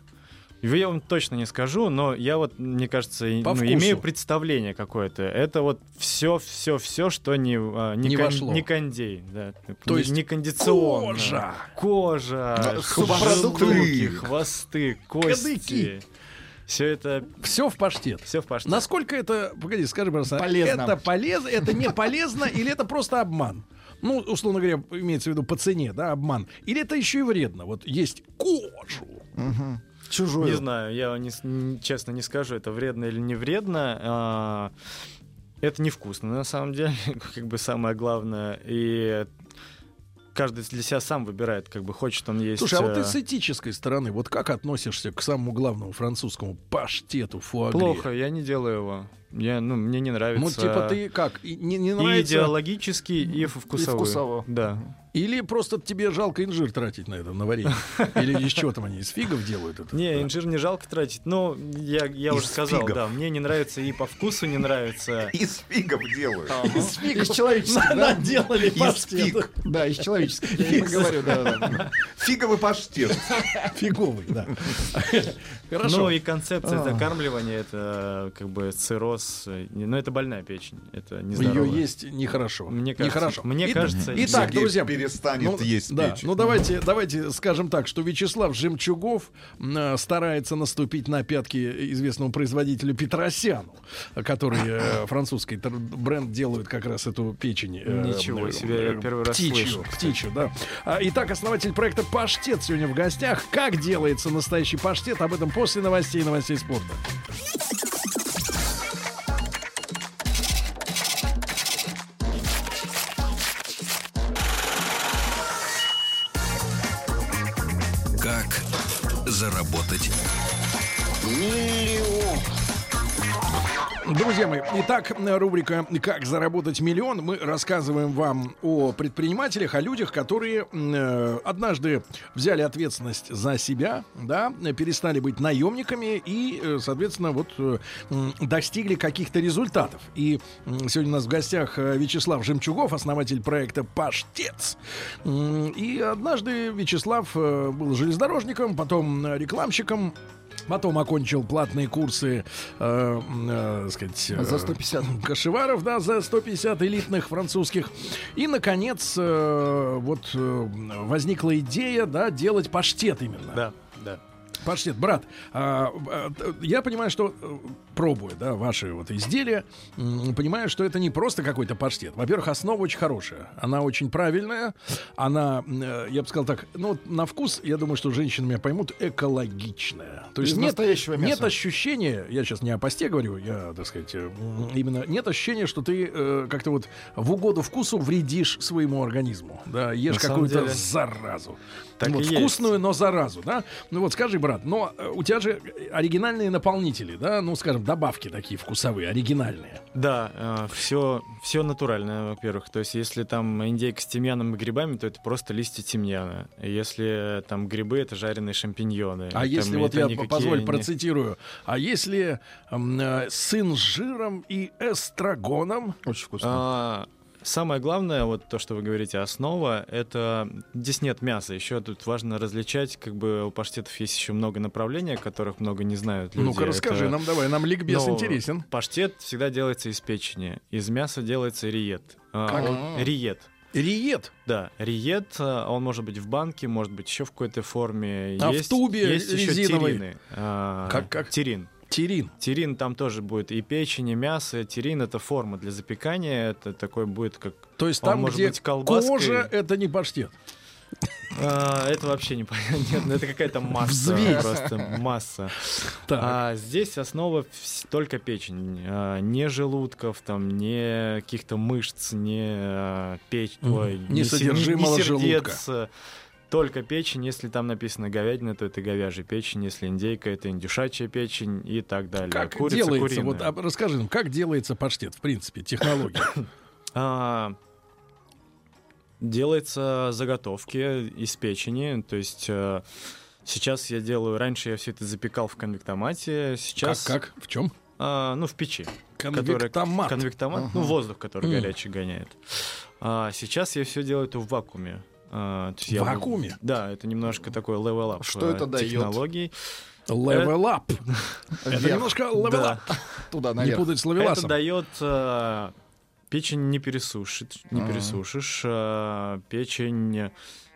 [SPEAKER 3] Я вам точно не скажу, но я вот, мне кажется, и-
[SPEAKER 2] По
[SPEAKER 3] ну,
[SPEAKER 2] вкусу.
[SPEAKER 3] имею представление какое-то. Это вот все, все, все, что не, а,
[SPEAKER 2] Не
[SPEAKER 3] кон-
[SPEAKER 2] вошло.
[SPEAKER 3] не кондей, да.
[SPEAKER 2] То
[SPEAKER 3] не,
[SPEAKER 2] есть
[SPEAKER 3] не кондиционно.
[SPEAKER 2] Кожа.
[SPEAKER 3] Кожа,
[SPEAKER 5] Да,
[SPEAKER 3] субпродукты,
[SPEAKER 5] субпродукты.
[SPEAKER 3] хвосты, кости.
[SPEAKER 2] Кадыки.
[SPEAKER 3] Все это,
[SPEAKER 2] Все в паштет.
[SPEAKER 3] все в паштете.
[SPEAKER 2] Насколько это, погоди, скажи, пожалуйста,
[SPEAKER 4] Полезно.
[SPEAKER 2] это полезно, это не полезно или это просто обман? Ну, условно говоря, имеется в виду по цене, да, обман. Или это еще и вредно? Вот есть кожу.
[SPEAKER 4] Чужой.
[SPEAKER 3] Не знаю, я не с- н- честно не скажу, это вредно или не вредно. А, Это невкусно, на самом деле, [laughs] как бы самое главное. И каждый для себя сам выбирает, как бы хочет он есть.
[SPEAKER 2] Слушай, а вот
[SPEAKER 3] э,
[SPEAKER 2] ты с этической стороны, вот как относишься к самому главному французскому паштету фуагре?
[SPEAKER 3] Плохо, я не делаю его. Я, ну, мне не нравится.
[SPEAKER 2] Ну, типа ты как, и не, не
[SPEAKER 3] И
[SPEAKER 2] нравится?
[SPEAKER 3] идеологически, и вкусово.
[SPEAKER 4] вкусово.
[SPEAKER 3] Да.
[SPEAKER 2] Или просто тебе жалко инжир тратить на это, на
[SPEAKER 3] [laughs]
[SPEAKER 2] варенье? Или из чего там они, из фигов делают это?
[SPEAKER 3] Не,
[SPEAKER 2] Да.
[SPEAKER 3] инжир не жалко тратить, но я, я
[SPEAKER 5] Из
[SPEAKER 3] уже сказал,
[SPEAKER 5] фигов.
[SPEAKER 3] да, мне не нравится и по вкусу не нравится.
[SPEAKER 5] а Из фигов делают.
[SPEAKER 2] А, ну,
[SPEAKER 4] Из фигов. Из человеческих, [laughs] да?
[SPEAKER 2] Наделали
[SPEAKER 5] Из фиг.
[SPEAKER 4] Да, из человеческих. Я им и говорю, да, да, да.
[SPEAKER 5] Фиговый паштет.
[SPEAKER 2] фиговый,
[SPEAKER 3] [laughs]
[SPEAKER 2] да.
[SPEAKER 3] Ну
[SPEAKER 2] Хорошо.
[SPEAKER 3] и концепция закармливания это э, как бы цирроз, э, не- но это больная печень, это нездорово.
[SPEAKER 2] Ее есть нехорошо.
[SPEAKER 3] Мне кажется,
[SPEAKER 2] нехорошо.
[SPEAKER 3] мне
[SPEAKER 2] И-
[SPEAKER 3] кажется,
[SPEAKER 2] Итак,
[SPEAKER 5] Сергей
[SPEAKER 2] друзья,
[SPEAKER 5] перестанет есть
[SPEAKER 2] да,
[SPEAKER 5] печень.
[SPEAKER 2] ну давайте, давайте скажем так, что Вячеслав Жемчугов м, э, старается наступить на пятки известному производителю Петросяну, который э, французский тр- бренд делают как раз эту печень. э,
[SPEAKER 3] Ничего
[SPEAKER 2] э,
[SPEAKER 3] себе, я первый раз
[SPEAKER 2] птичью,
[SPEAKER 3] слышу.
[SPEAKER 2] птичью, да. А, Итак, основатель проекта Паштет сегодня в гостях. Как делается настоящий паштет? Об этом после новостей и новостей спорта.
[SPEAKER 1] Как заработать?
[SPEAKER 2] Друзья мои, итак, рубрика «Как заработать миллион». Мы рассказываем вам о предпринимателях, о людях, которые э, однажды взяли ответственность за себя, да, перестали быть наемниками и, э, соответственно, вот э, м, достигли каких-то результатов. И м, сегодня у нас в гостях э, Вячеслав Жемчугов, основатель проекта «Паштец». М, И однажды Вячеслав э, был железнодорожником, потом э, рекламщиком, Потом окончил платные курсы, э, э, так сказать, э,
[SPEAKER 4] За 150.
[SPEAKER 2] кашеваров, да, за 150 элитных французских. И, наконец, э, вот э, возникла идея, да, делать паштет именно.
[SPEAKER 3] Да, да.
[SPEAKER 2] Паштет, брат, а, а, т- я понимаю, что э, пробую, да, ваши вот изделия, м, понимаю, что это не просто какой-то паштет. Во-первых, основа очень хорошая, она очень правильная, она, м, э, я бы сказал так, ну вот на вкус, я думаю, что женщины меня поймут, экологичная. То
[SPEAKER 4] Из
[SPEAKER 2] есть нет,
[SPEAKER 4] настоящего мяса.
[SPEAKER 2] нет ощущения, я сейчас не о посте говорю, я, так сказать, э, м, именно нет ощущения, что ты э, как-то вот в угоду вкусу вредишь своему организму, да, ешь
[SPEAKER 3] На самом
[SPEAKER 2] какую-то
[SPEAKER 3] деле.
[SPEAKER 2] заразу.
[SPEAKER 3] Так
[SPEAKER 2] Вот,
[SPEAKER 3] и есть.
[SPEAKER 2] вкусную, но заразу, да? Ну вот скажи, брат, но э, у тебя же оригинальные наполнители, да? Ну, скажем, добавки такие вкусовые, оригинальные.
[SPEAKER 3] Да, все, все натуральное, во-первых. То есть, если там индейка с тимьяном и грибами, то это просто листья тимьяна. Если там грибы, это жареные шампиньоны.
[SPEAKER 2] А
[SPEAKER 3] Там
[SPEAKER 2] если вот
[SPEAKER 3] это
[SPEAKER 2] я,
[SPEAKER 3] никакие
[SPEAKER 2] позволь,
[SPEAKER 3] не-
[SPEAKER 2] процитирую, а если м, э, сын с жиром и эстрагоном,
[SPEAKER 4] Очень вкусно.
[SPEAKER 3] А, Самое главное, вот то, что вы говорите, основа, это здесь нет мяса. Еще тут важно различать, как бы у паштетов есть еще много направлений, о которых много не знают люди.
[SPEAKER 2] ну-ка расскажи
[SPEAKER 3] Это- Ну,
[SPEAKER 2] нам, давай, нам ликбез
[SPEAKER 3] но
[SPEAKER 2] интересен.
[SPEAKER 3] Паштет всегда делается из печени. Из мяса делается риет. А,
[SPEAKER 4] Как?
[SPEAKER 3] он- Риет.
[SPEAKER 2] Риет,
[SPEAKER 3] Да, риет, а, он может быть в банке, может быть еще в какой-то форме.
[SPEAKER 2] А в
[SPEAKER 3] есть,
[SPEAKER 2] тубе
[SPEAKER 3] есть еще
[SPEAKER 2] резиновой?
[SPEAKER 3] тирины. А,
[SPEAKER 2] Как- как?
[SPEAKER 3] Тирин.
[SPEAKER 2] терин.
[SPEAKER 3] Тирин там тоже будет и печень, и мясо. Тирин это форма для запекания. Это такой будет как...
[SPEAKER 2] То есть
[SPEAKER 3] Он
[SPEAKER 2] там,
[SPEAKER 3] А может
[SPEAKER 2] где
[SPEAKER 3] быть колбаской.
[SPEAKER 2] кожа, это не паштет.
[SPEAKER 3] А, это вообще непонятно. Нет, ну это какая-то масса.
[SPEAKER 2] Взвесь.
[SPEAKER 3] Просто масса.
[SPEAKER 2] Так.
[SPEAKER 3] А здесь основа вс- только печень. А, не желудков, там, не каких-то мышц, не а, печь,
[SPEAKER 2] Мгм.
[SPEAKER 3] ой,
[SPEAKER 2] Не
[SPEAKER 3] не, се-
[SPEAKER 2] содержимого
[SPEAKER 3] не сердец. Только печень, если там написано говядина, то это говяжья печень, если индейка, это индюшачья печень и так далее.
[SPEAKER 2] Как
[SPEAKER 3] Курица,
[SPEAKER 2] делается,
[SPEAKER 3] куриная.
[SPEAKER 2] вот а, расскажи нам, как делается паштет, в принципе, технология?
[SPEAKER 3] А, делается заготовки из печени, то есть э, сейчас я делаю, раньше я все это запекал в конвектомате,
[SPEAKER 2] Как,
[SPEAKER 3] сейчас
[SPEAKER 2] как, в чем?
[SPEAKER 3] а, ну в печи, которая-
[SPEAKER 2] Конвектомат.
[SPEAKER 3] конвектомат, ну
[SPEAKER 4] Ага.
[SPEAKER 3] воздух, который
[SPEAKER 2] М.
[SPEAKER 3] горячий гоняет. А, сейчас я все делаю это в вакууме. А, то есть
[SPEAKER 2] В
[SPEAKER 3] я-
[SPEAKER 2] вакууме?
[SPEAKER 3] Да, это немножко такой level up
[SPEAKER 4] Что
[SPEAKER 3] э,
[SPEAKER 4] это дает?
[SPEAKER 3] технологий.
[SPEAKER 2] Level up. Это
[SPEAKER 4] Вверх,
[SPEAKER 2] немножко level
[SPEAKER 3] Э, Да.
[SPEAKER 2] up.
[SPEAKER 4] туда,
[SPEAKER 2] Не
[SPEAKER 4] наверх.
[SPEAKER 2] путать с
[SPEAKER 3] Это
[SPEAKER 2] лавеласом.
[SPEAKER 3] дает э, печень не пересушит, не
[SPEAKER 4] Ага.
[SPEAKER 3] пересушишь. э, печень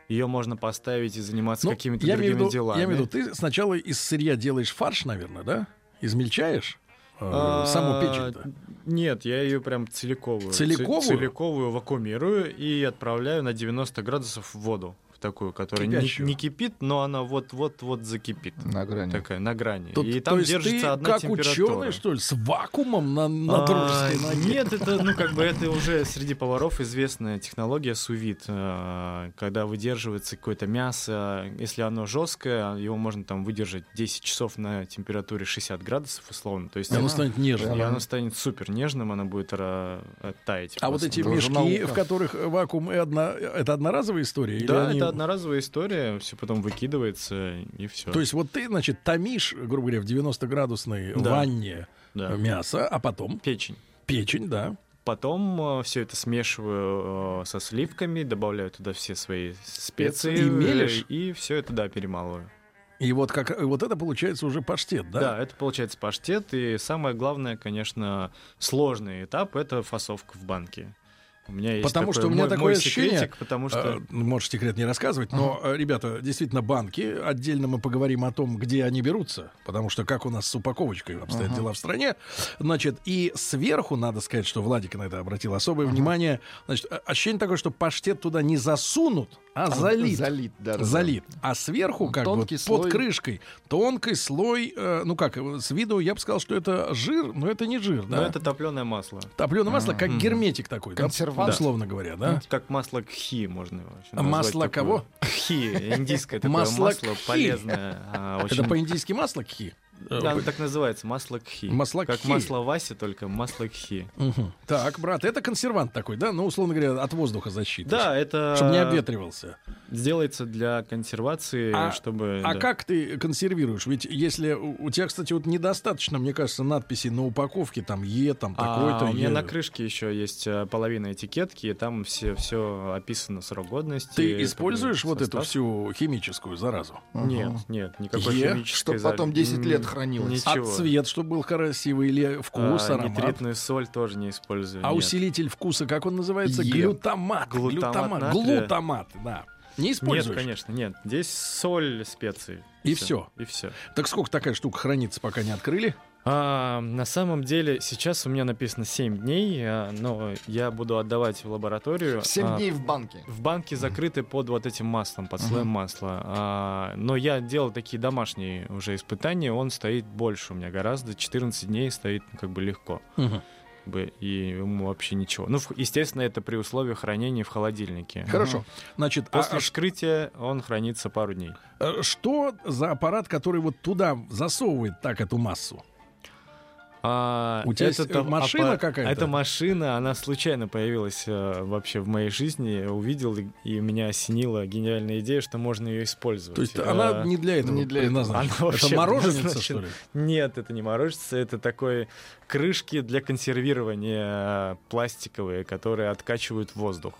[SPEAKER 3] ее можно поставить и заниматься
[SPEAKER 2] Ну,
[SPEAKER 3] какими-то
[SPEAKER 2] я
[SPEAKER 3] другими
[SPEAKER 2] имею в виду-
[SPEAKER 3] делами.
[SPEAKER 2] Я имею в виду, э, ты сначала из сырья делаешь фарш, наверное, да? Измельчаешь э,
[SPEAKER 3] А,
[SPEAKER 2] саму печень.
[SPEAKER 3] Нет, я ее прям целиковую. ц-
[SPEAKER 2] Целиковую?
[SPEAKER 3] Целиковую вакуумирую и отправляю на 90 градусов в воду. В такую, которая не,
[SPEAKER 2] Кипящую.
[SPEAKER 3] не кипит, но она вот-вот-вот закипит.
[SPEAKER 4] На грани.
[SPEAKER 3] Такая, на грани.
[SPEAKER 2] Тут,
[SPEAKER 3] и
[SPEAKER 2] то
[SPEAKER 3] там
[SPEAKER 2] есть
[SPEAKER 3] держится
[SPEAKER 2] ты
[SPEAKER 3] одна
[SPEAKER 2] как
[SPEAKER 3] температура.
[SPEAKER 2] ученый, что ли, с вакуумом на, на
[SPEAKER 3] А,
[SPEAKER 2] дружеской ноге?
[SPEAKER 3] Нет, это, ну, как бы это уже среди поваров известная технология сувит, э, когда выдерживается какое-то мясо, если оно жесткое, его можно там выдержать 10 часов на температуре 60 градусов, условно. То есть
[SPEAKER 2] Оно
[SPEAKER 3] оно,
[SPEAKER 2] станет
[SPEAKER 3] и
[SPEAKER 2] нежнее.
[SPEAKER 3] оно станет супер нежным, оно будет ра- э, таять.
[SPEAKER 2] А вот
[SPEAKER 3] просто.
[SPEAKER 2] эти
[SPEAKER 4] Это уже
[SPEAKER 2] мешки,
[SPEAKER 4] наука.
[SPEAKER 2] в которых вакуум, и одна, это одноразовая история? или
[SPEAKER 3] Да,
[SPEAKER 2] они-
[SPEAKER 3] это одноразовая история, все потом выкидывается и все.
[SPEAKER 2] То есть вот ты, значит, томишь, грубо говоря, в 90-градусной
[SPEAKER 3] Да.
[SPEAKER 2] ванне
[SPEAKER 3] да.
[SPEAKER 2] мясо, а потом
[SPEAKER 3] печень.
[SPEAKER 2] печень, да.
[SPEAKER 3] Потом все это смешиваю э, со сливками, добавляю туда все свои специи.
[SPEAKER 2] И мелешь?
[SPEAKER 3] э, И все это, да, перемалываю.
[SPEAKER 2] И вот, как, вот это получается уже паштет,
[SPEAKER 3] Да?
[SPEAKER 2] да?
[SPEAKER 3] это получается паштет. И самое главное, конечно, сложный этап — это фасовка в банке. У меня есть
[SPEAKER 2] Потому
[SPEAKER 3] такой
[SPEAKER 2] что у меня
[SPEAKER 3] мой-
[SPEAKER 2] такое
[SPEAKER 3] мой
[SPEAKER 2] ощущение,
[SPEAKER 3] секретик, потому
[SPEAKER 2] Э,
[SPEAKER 3] что...
[SPEAKER 2] ну, Может, секрет не рассказывать, но, э, ребята, действительно, банки. Отдельно мы поговорим о том, где они берутся, потому что как у нас с упаковочкой обстоят
[SPEAKER 4] Ага.
[SPEAKER 2] дела в стране. Значит, и сверху, надо сказать, что Владик на это обратил особое внимание. Значит, э, ощущение такое, что паштет туда не засунут, а залит.
[SPEAKER 4] Залит, да. да,
[SPEAKER 2] Залит. А сверху, как бы,
[SPEAKER 4] Тонкий
[SPEAKER 2] вот под
[SPEAKER 4] слой.
[SPEAKER 2] крышкой, тонкий слой, э, ну как, э, с виду я бы сказал, что это жир, но это не жир, да?
[SPEAKER 3] Но ну, это топленое масло.
[SPEAKER 2] Топленое масло, как
[SPEAKER 3] Мгм.
[SPEAKER 2] герметик такой, да?
[SPEAKER 4] Консервант.
[SPEAKER 2] условно говоря, да?
[SPEAKER 3] Ну, Как масло кхи можно его вообще
[SPEAKER 2] А
[SPEAKER 3] назвать
[SPEAKER 2] масло
[SPEAKER 3] такое.
[SPEAKER 2] кого?
[SPEAKER 3] Кхи. Индийское такое
[SPEAKER 2] Масло
[SPEAKER 3] масло,
[SPEAKER 2] кхи.
[SPEAKER 3] полезное. а, очень
[SPEAKER 2] Это по-индийски масло кхи? э,
[SPEAKER 3] Да, оно так называется, масло кхи.
[SPEAKER 2] Масло
[SPEAKER 3] как
[SPEAKER 2] кхи.
[SPEAKER 3] масло Васи, только масло кхи.
[SPEAKER 2] Мгм. Так, брат, это консервант такой, да? Ну, условно говоря, от воздуха защита.
[SPEAKER 3] Да, это
[SPEAKER 2] Чтобы не обветривался.
[SPEAKER 3] делается для консервации,
[SPEAKER 2] А-
[SPEAKER 3] чтобы...
[SPEAKER 2] А
[SPEAKER 3] да.
[SPEAKER 2] как ты консервируешь? Ведь если у у тебя, кстати, вот недостаточно, мне кажется, надписи на упаковке, там Е, там
[SPEAKER 3] А,
[SPEAKER 2] такой-то.
[SPEAKER 3] у меня
[SPEAKER 2] Е.
[SPEAKER 3] на крышке еще есть э, половина этикетки, и там все, все описано срок годности.
[SPEAKER 2] Ты
[SPEAKER 3] и
[SPEAKER 2] используешь
[SPEAKER 3] какой
[SPEAKER 2] вот эту
[SPEAKER 3] состав.
[SPEAKER 2] всю химическую заразу?
[SPEAKER 3] Нет, нет, никакой
[SPEAKER 2] Е,
[SPEAKER 3] химической
[SPEAKER 4] чтоб
[SPEAKER 3] за-
[SPEAKER 4] потом 10 лет
[SPEAKER 3] Н-
[SPEAKER 4] хранилось.
[SPEAKER 2] А
[SPEAKER 3] Ничего.
[SPEAKER 2] цвет, чтобы был красивый, или вкус,
[SPEAKER 3] А,
[SPEAKER 2] аромат?
[SPEAKER 3] Нитритную соль тоже не использую.
[SPEAKER 2] А
[SPEAKER 3] нет.
[SPEAKER 2] усилитель вкуса, как он называется?
[SPEAKER 4] Е.
[SPEAKER 2] Глютамат.
[SPEAKER 3] Глутамат
[SPEAKER 2] Глютамат.
[SPEAKER 3] натрия.
[SPEAKER 2] Глутамат, да. Не
[SPEAKER 3] Нет,
[SPEAKER 2] используешь?
[SPEAKER 3] конечно, нет. Здесь соль, специи.
[SPEAKER 2] И
[SPEAKER 3] Всё, И все.
[SPEAKER 2] Так сколько такая штука хранится, пока не открыли?
[SPEAKER 3] А, на самом деле, сейчас у меня написано 7 дней, а, но я буду отдавать в лабораторию.
[SPEAKER 4] 7
[SPEAKER 3] А,
[SPEAKER 4] дней в банке.
[SPEAKER 3] В банке закрыты под вот этим маслом, под слоем масла. А, но я делал такие домашние уже испытания, он стоит больше у меня гораздо. 14 дней стоит ну, как бы легко. Как бы, и ему вообще ничего. Ну, в- естественно, это при условии хранения в холодильнике.
[SPEAKER 2] Хорошо. Значит, а-
[SPEAKER 3] После
[SPEAKER 2] а
[SPEAKER 3] вскрытия он хранится пару дней.
[SPEAKER 2] Э, Что за аппарат, который вот туда засовывает так эту массу?
[SPEAKER 3] А,
[SPEAKER 2] У тебя
[SPEAKER 3] это
[SPEAKER 2] есть, э,
[SPEAKER 3] та-
[SPEAKER 2] машина
[SPEAKER 3] аппа-
[SPEAKER 2] какая-то?
[SPEAKER 3] Эта машина, она случайно появилась э, вообще в моей жизни. Я увидел, и, и меня осенила гениальная идея, что можно ее использовать.
[SPEAKER 2] То есть
[SPEAKER 3] Э,
[SPEAKER 2] она не для этого
[SPEAKER 4] не для этого.
[SPEAKER 2] предназначена.
[SPEAKER 3] Она вообще
[SPEAKER 2] это мороженица,
[SPEAKER 3] предназначена.
[SPEAKER 2] что ли?
[SPEAKER 3] Нет, это не морожится, это такой крышки для консервирования э, пластиковые, которые откачивают воздух.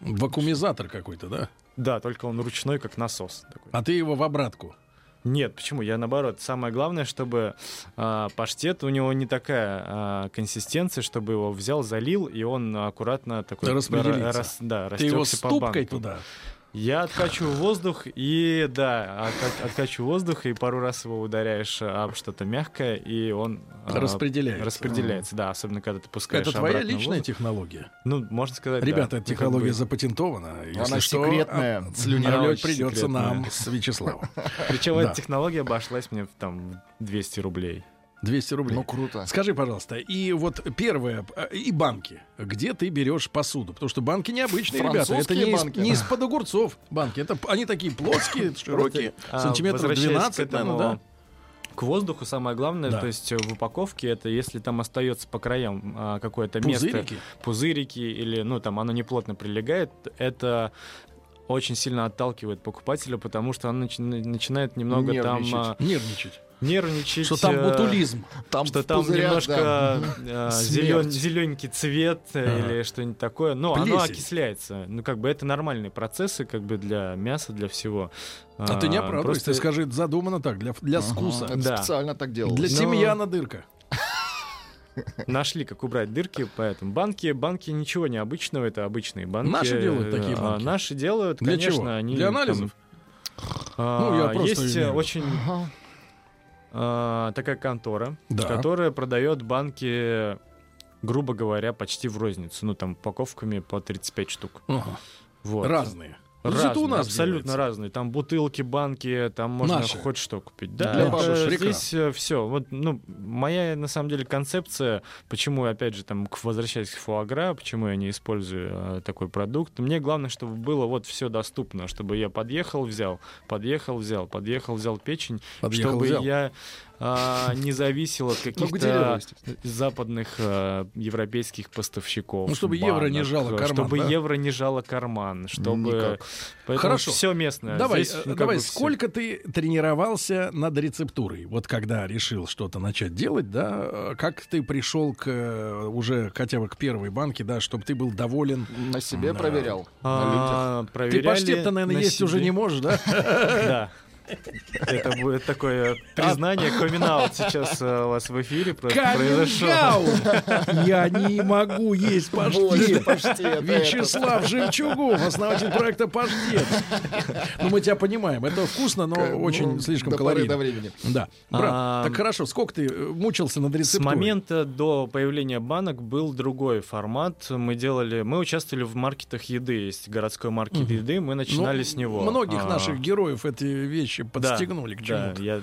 [SPEAKER 2] Вакуумизатор какой-то, да?
[SPEAKER 3] Да, только он ручной, как насос. такой.
[SPEAKER 2] А ты его в обратку.
[SPEAKER 3] Нет, почему? Я наоборот. Самое главное, чтобы а, паштет у него не такая а, консистенция, чтобы его взял, залил и он аккуратно такой
[SPEAKER 2] Распределится.
[SPEAKER 3] ра- рас- да,
[SPEAKER 2] Ты его
[SPEAKER 3] растёкся по
[SPEAKER 2] ступкой
[SPEAKER 3] банку.
[SPEAKER 2] туда.
[SPEAKER 3] Я откачиваю воздух и да, отка- откачиваю воздух и пару раз его ударяешь об что-то мягкое и он а,
[SPEAKER 2] Распределяется.
[SPEAKER 3] распределяется, да, особенно когда ты пускаешь.
[SPEAKER 2] Это твоя
[SPEAKER 3] обратно
[SPEAKER 2] личная
[SPEAKER 3] воздух.
[SPEAKER 2] технология?
[SPEAKER 3] Ну, можно сказать. да.
[SPEAKER 2] Ребята, эта
[SPEAKER 3] Ну, как бы-
[SPEAKER 2] технология запатентована. Если что,
[SPEAKER 4] секретная,
[SPEAKER 2] а,
[SPEAKER 4] слюнявая,
[SPEAKER 2] отслюнявлять
[SPEAKER 3] очень
[SPEAKER 2] придется
[SPEAKER 3] секретная.
[SPEAKER 2] нам с
[SPEAKER 3] [laughs]
[SPEAKER 2] Вячеславом.
[SPEAKER 3] Причем
[SPEAKER 2] да.
[SPEAKER 3] эта технология обошлась мне в там 200 рублей.
[SPEAKER 2] 200 рублей.
[SPEAKER 4] Ну, круто.
[SPEAKER 2] Скажи, пожалуйста, и вот первое, э, и банки. Где ты берешь посуду? Потому что банки необычные, ребята. Это не,
[SPEAKER 4] Французские
[SPEAKER 2] из-
[SPEAKER 4] банки.
[SPEAKER 2] не из-под огурцов банки. Это, п- они такие
[SPEAKER 3] [laughs]
[SPEAKER 2] плоские, широкие,
[SPEAKER 3] А,
[SPEAKER 2] сантиметров ну
[SPEAKER 3] возвращаясь
[SPEAKER 2] 12.
[SPEAKER 3] к этому,
[SPEAKER 2] наверное,
[SPEAKER 3] К воздуху самое главное,
[SPEAKER 2] Да.
[SPEAKER 3] то есть э, в упаковке это если там остается по краям а, какое-то
[SPEAKER 2] да?
[SPEAKER 3] место,
[SPEAKER 2] Пузырики.
[SPEAKER 3] пузырики или ну там оно неплотно прилегает, это очень сильно отталкивает покупателя, потому что он начи- начинает немного там а,
[SPEAKER 4] Нервничать.
[SPEAKER 2] Нервничать.
[SPEAKER 3] нервничать.
[SPEAKER 2] Что там
[SPEAKER 3] э,
[SPEAKER 2] ботулизм.
[SPEAKER 4] Там
[SPEAKER 3] Что
[SPEAKER 4] в
[SPEAKER 3] там
[SPEAKER 4] пузырях, да.
[SPEAKER 3] немножко э, зелен-
[SPEAKER 4] Смерть.
[SPEAKER 3] зелененький цвет э,
[SPEAKER 2] Ага.
[SPEAKER 3] или что-нибудь такое. Но оно
[SPEAKER 2] Плесень.
[SPEAKER 3] окисляется. Ну, как бы это нормальные процессы, как бы для мяса, для всего.
[SPEAKER 2] А ты не оправдывайся,
[SPEAKER 3] просто-
[SPEAKER 2] ты скажи, это задумано так, для, для
[SPEAKER 4] Ага,
[SPEAKER 2] скуса.
[SPEAKER 4] это
[SPEAKER 3] Да.
[SPEAKER 4] специально так Ну, делалось.
[SPEAKER 2] Для
[SPEAKER 3] Но-
[SPEAKER 2] семьяна дырка.
[SPEAKER 3] Нашли, как убрать дырки, поэтому банки, банки ничего необычного, это обычные банки.
[SPEAKER 2] Наши делают
[SPEAKER 3] Э,
[SPEAKER 2] такие
[SPEAKER 3] а,
[SPEAKER 2] банки?
[SPEAKER 3] Наши делают,
[SPEAKER 2] Для
[SPEAKER 3] конечно,
[SPEAKER 2] чего?
[SPEAKER 3] они
[SPEAKER 2] Для
[SPEAKER 3] там,
[SPEAKER 2] анализов?
[SPEAKER 3] а,
[SPEAKER 2] Ну, я просто имею
[SPEAKER 3] есть
[SPEAKER 2] в
[SPEAKER 3] э,
[SPEAKER 2] виду.
[SPEAKER 3] очень
[SPEAKER 4] Ага.
[SPEAKER 3] а, такая контора,
[SPEAKER 2] Да.
[SPEAKER 3] которая продает банки, грубо говоря, почти в розницу, ну там упаковками по 35 штук.
[SPEAKER 2] Ага.
[SPEAKER 3] Вот.
[SPEAKER 2] Разные. Ну,
[SPEAKER 3] Разные,
[SPEAKER 2] зато у нас
[SPEAKER 3] абсолютно
[SPEAKER 2] делается.
[SPEAKER 3] разные. Там бутылки, банки, там можно
[SPEAKER 2] Наши.
[SPEAKER 3] хоть что купить.
[SPEAKER 2] Для
[SPEAKER 3] Да,
[SPEAKER 2] бабушек.
[SPEAKER 3] это здесь
[SPEAKER 2] Прекрасно.
[SPEAKER 3] все. Вот, ну, моя на самом деле концепция, почему, опять же, там, к- возвращаясь к фуагра, почему я не использую э, такой продукт. Мне главное, чтобы было вот все доступно, чтобы я подъехал, взял, подъехал, взял, подъехал, взял печень,
[SPEAKER 2] Подъехал,
[SPEAKER 3] чтобы
[SPEAKER 2] взял. Ну,
[SPEAKER 3] я а, не зависел
[SPEAKER 2] [laughs]
[SPEAKER 3] от
[SPEAKER 4] дерево,
[SPEAKER 3] каких-то западных э, европейских поставщиков.
[SPEAKER 2] Ну, чтобы евро не
[SPEAKER 3] банок, э,
[SPEAKER 2] жало карман,
[SPEAKER 3] Чтобы
[SPEAKER 2] да?
[SPEAKER 3] евро не жало карман, чтобы...
[SPEAKER 4] Никак.
[SPEAKER 2] Хорошо.
[SPEAKER 3] все местное.
[SPEAKER 2] Давай,
[SPEAKER 3] Здесь,
[SPEAKER 2] э,
[SPEAKER 3] ну, как
[SPEAKER 2] давай
[SPEAKER 3] бы всё.
[SPEAKER 2] сколько ты тренировался над рецептурой? Вот когда решил что-то начать делать, да, э, как ты пришел к э, уже хотя бы к первой банке, да, чтобы ты был доволен?
[SPEAKER 4] На себе
[SPEAKER 2] Да.
[SPEAKER 4] проверял. На людях.
[SPEAKER 3] А,
[SPEAKER 2] Ты
[SPEAKER 3] проверяли
[SPEAKER 2] э, паштет-то, наверное,
[SPEAKER 3] на
[SPEAKER 2] есть уже
[SPEAKER 3] себе.
[SPEAKER 2] не можешь, да?
[SPEAKER 3] Да. Это будет такое признание,
[SPEAKER 2] А.
[SPEAKER 3] камин сейчас э, у вас в эфире просто произошло.
[SPEAKER 2] Каминг-аут! Я не могу есть
[SPEAKER 4] Боже,
[SPEAKER 2] паштет.
[SPEAKER 4] почти это
[SPEAKER 2] Вячеслав Жемчугов, основатель проекта «Паштет». Ну, мы тебя понимаем. Это вкусно, но
[SPEAKER 3] Э,
[SPEAKER 4] этот, ну,
[SPEAKER 2] очень слишком
[SPEAKER 4] до поры до
[SPEAKER 2] калорийно.
[SPEAKER 4] времени.
[SPEAKER 2] Да. Брат,
[SPEAKER 3] А,
[SPEAKER 2] так хорошо. Сколько ты э, мучился над
[SPEAKER 3] С
[SPEAKER 2] рецептурой?
[SPEAKER 3] момента до появления банок был другой формат. Мы делали, мы участвовали в маркетах еды, есть городской маркет
[SPEAKER 2] Мгм.
[SPEAKER 3] еды, мы начинали
[SPEAKER 2] Ну,
[SPEAKER 3] с него.
[SPEAKER 2] Многих
[SPEAKER 3] А,
[SPEAKER 2] наших героев эти вещи товарищи подстегнули к
[SPEAKER 3] Да,
[SPEAKER 2] чему-то.
[SPEAKER 3] я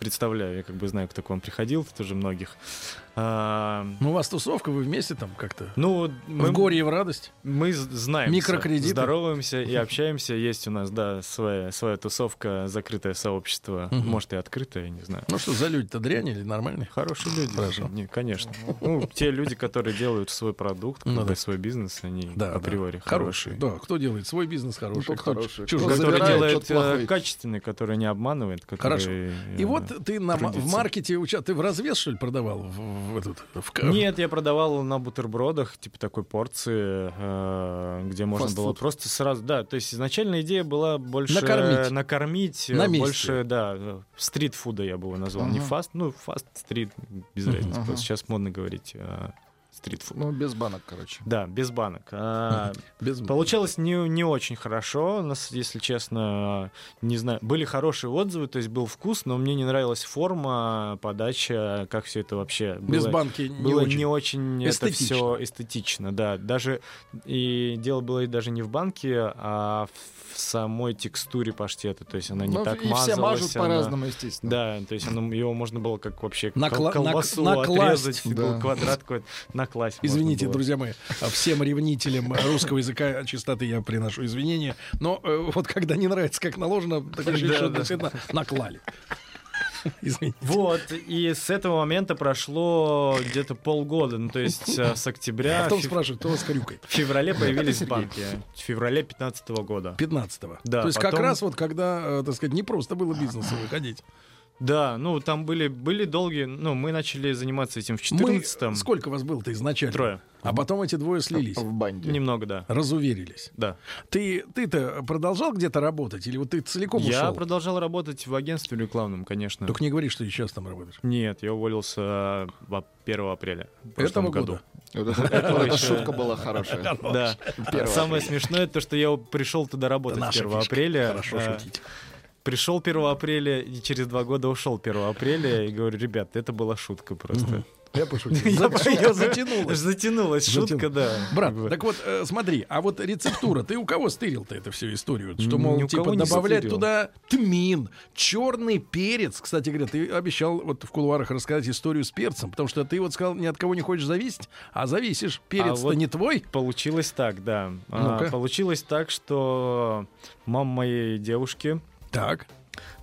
[SPEAKER 3] представляю, я как бы знаю, кто к вам приходил, тоже многих. А,
[SPEAKER 2] Ну, у вас тусовка, вы вместе там как-то.
[SPEAKER 3] ну, мы,
[SPEAKER 2] В горе и в радость.
[SPEAKER 3] мы з- знаем,
[SPEAKER 2] Микрокредиты. [laughs]
[SPEAKER 3] здороваемся и общаемся. Есть у нас, да, своя, своя тусовка, закрытое сообщество,
[SPEAKER 2] Мгм.
[SPEAKER 3] может и открытое, я не знаю.
[SPEAKER 2] Ну что, за люди-то дрянь или нормальные?
[SPEAKER 3] Хорошие люди,
[SPEAKER 2] Хорошо.
[SPEAKER 3] Не, конечно. Ну, те люди, которые делают свой продукт, как
[SPEAKER 2] Ну
[SPEAKER 3] бы,
[SPEAKER 2] да.
[SPEAKER 3] свой бизнес, они
[SPEAKER 2] Да,
[SPEAKER 3] априори
[SPEAKER 2] да.
[SPEAKER 3] хорошие.
[SPEAKER 2] Да, кто делает свой бизнес хороший,
[SPEAKER 4] Ну,
[SPEAKER 2] кто
[SPEAKER 4] хороший.
[SPEAKER 2] чужой.
[SPEAKER 4] Кто
[SPEAKER 3] Который
[SPEAKER 4] забирает,
[SPEAKER 3] делает
[SPEAKER 4] тот плохой.
[SPEAKER 3] э, качественный, который не обманывает. Который,
[SPEAKER 2] Хорошо. И
[SPEAKER 3] э,
[SPEAKER 2] вот ты на, ма- в
[SPEAKER 3] трудиться.
[SPEAKER 2] маркете уча, ты в развес, что ли, продавал? В, в этот, в ка-
[SPEAKER 3] Нет, я продавал на бутербродах, типа такой порции, э, где можно было
[SPEAKER 4] Фастфуд.
[SPEAKER 3] просто сразу, да, то есть изначально идея была больше
[SPEAKER 2] Накормить.
[SPEAKER 3] э, накормить э,
[SPEAKER 2] На месте.
[SPEAKER 3] больше, да, э, стритфуда я бы его назвал, не
[SPEAKER 4] Ага.
[SPEAKER 3] фаст, ну фаст стрит без
[SPEAKER 2] Мгм.
[SPEAKER 3] разницы,
[SPEAKER 4] Ага.
[SPEAKER 3] просто сейчас модно говорить э, стритфуд.
[SPEAKER 4] Ну, без банок, короче.
[SPEAKER 3] Да, без банок.
[SPEAKER 2] [laughs]
[SPEAKER 3] А,
[SPEAKER 2] без-
[SPEAKER 3] Получалось не, не очень хорошо, у нас, если честно, не знаю, были хорошие отзывы, то есть был вкус, но мне не нравилась форма, подача, как все это вообще было.
[SPEAKER 2] без банки не
[SPEAKER 3] было
[SPEAKER 2] очень.
[SPEAKER 3] не очень
[SPEAKER 2] Эстетично.
[SPEAKER 3] это все эстетично, да. Даже и дело было и даже не в банке, а в самой текстуре паштета, то есть она не
[SPEAKER 4] Ну,
[SPEAKER 3] так
[SPEAKER 4] и
[SPEAKER 3] мазалась.
[SPEAKER 4] все мажут
[SPEAKER 3] она-
[SPEAKER 4] по-разному, естественно.
[SPEAKER 3] Да, то есть оно- его можно было как вообще кол-
[SPEAKER 2] Накла- нак-
[SPEAKER 3] колбасу
[SPEAKER 2] накласть.
[SPEAKER 3] отрезать,
[SPEAKER 4] Да.
[SPEAKER 3] был квадрат какой-то, накласть. можно
[SPEAKER 2] Извините,
[SPEAKER 3] было.
[SPEAKER 2] друзья мои, а, всем ревнителям русского языка чистоты я приношу извинения. Но э, вот когда не нравится, как наложено, так ощущение,
[SPEAKER 3] Да,
[SPEAKER 2] что
[SPEAKER 3] да.
[SPEAKER 2] действительно наклали. Извините.
[SPEAKER 3] Вот, и с этого момента прошло где-то полгода, ну то есть э, с октября,
[SPEAKER 2] Потом
[SPEAKER 3] фев-
[SPEAKER 2] спрашивают, кто с крюкой?
[SPEAKER 3] в феврале появились банки, в феврале 2015 года.
[SPEAKER 2] 15-го.
[SPEAKER 3] Да,
[SPEAKER 2] То есть как
[SPEAKER 3] потом-
[SPEAKER 2] раз вот когда, э, так сказать, не просто было бизнесу выходить.
[SPEAKER 3] Да, ну там были, были долгие, ну мы начали заниматься этим в
[SPEAKER 2] Мы...
[SPEAKER 3] 14-м.
[SPEAKER 2] Сколько вас было-то изначально?
[SPEAKER 3] Трое.
[SPEAKER 2] А потом эти двое слились.
[SPEAKER 4] В банде.
[SPEAKER 3] Немного, да.
[SPEAKER 2] Разуверились.
[SPEAKER 3] Да.
[SPEAKER 2] Ты, ты-то продолжал где-то работать, или вот ты целиком
[SPEAKER 3] я
[SPEAKER 2] ушел?
[SPEAKER 3] продолжал работать в агентстве рекламном, конечно.
[SPEAKER 2] Только не говори, что и сейчас там работаешь.
[SPEAKER 3] Нет, я уволился а, во- 1 апреля. в прошлом
[SPEAKER 2] Этого
[SPEAKER 3] году.
[SPEAKER 2] года.
[SPEAKER 4] Вот
[SPEAKER 3] [laughs]
[SPEAKER 4] это-
[SPEAKER 3] Этого
[SPEAKER 4] эта
[SPEAKER 3] еще-
[SPEAKER 4] шутка
[SPEAKER 3] [laughs]
[SPEAKER 4] была хорошая.
[SPEAKER 3] Да. А
[SPEAKER 4] Первого
[SPEAKER 3] Самое смешное то, что я пришел туда
[SPEAKER 2] Это
[SPEAKER 3] работать
[SPEAKER 2] наша
[SPEAKER 3] 1
[SPEAKER 2] фишка.
[SPEAKER 3] апреля.
[SPEAKER 2] Хорошо
[SPEAKER 3] Да.
[SPEAKER 2] шутить.
[SPEAKER 3] Пришел 1 апреля и через два года ушел 1 апреля. И говорю, ребят, это была шутка просто.
[SPEAKER 2] Я пошутил.
[SPEAKER 3] Я понял.
[SPEAKER 2] затянулась.
[SPEAKER 3] Затянулась шутка,
[SPEAKER 2] Затяну-
[SPEAKER 3] да.
[SPEAKER 2] Брат,
[SPEAKER 3] Как бы.
[SPEAKER 2] так вот, э, смотри, а вот рецептура, ты у кого стырил-то эту всю историю? Что,
[SPEAKER 3] Ни
[SPEAKER 2] мол,
[SPEAKER 3] у
[SPEAKER 2] типа
[SPEAKER 3] кого не
[SPEAKER 2] добавлять
[SPEAKER 3] стырил.
[SPEAKER 2] туда тмин, черный перец. Кстати говоря, ты обещал вот в кулуарах рассказать историю с перцем, потому что ты вот сказал, ни от кого не хочешь зависеть, а зависишь. Перец-то
[SPEAKER 3] вот-
[SPEAKER 2] не твой?
[SPEAKER 3] Получилось так, да. А,
[SPEAKER 2] Ну-ка.
[SPEAKER 3] Получилось так, что мама моей девушки
[SPEAKER 2] Так.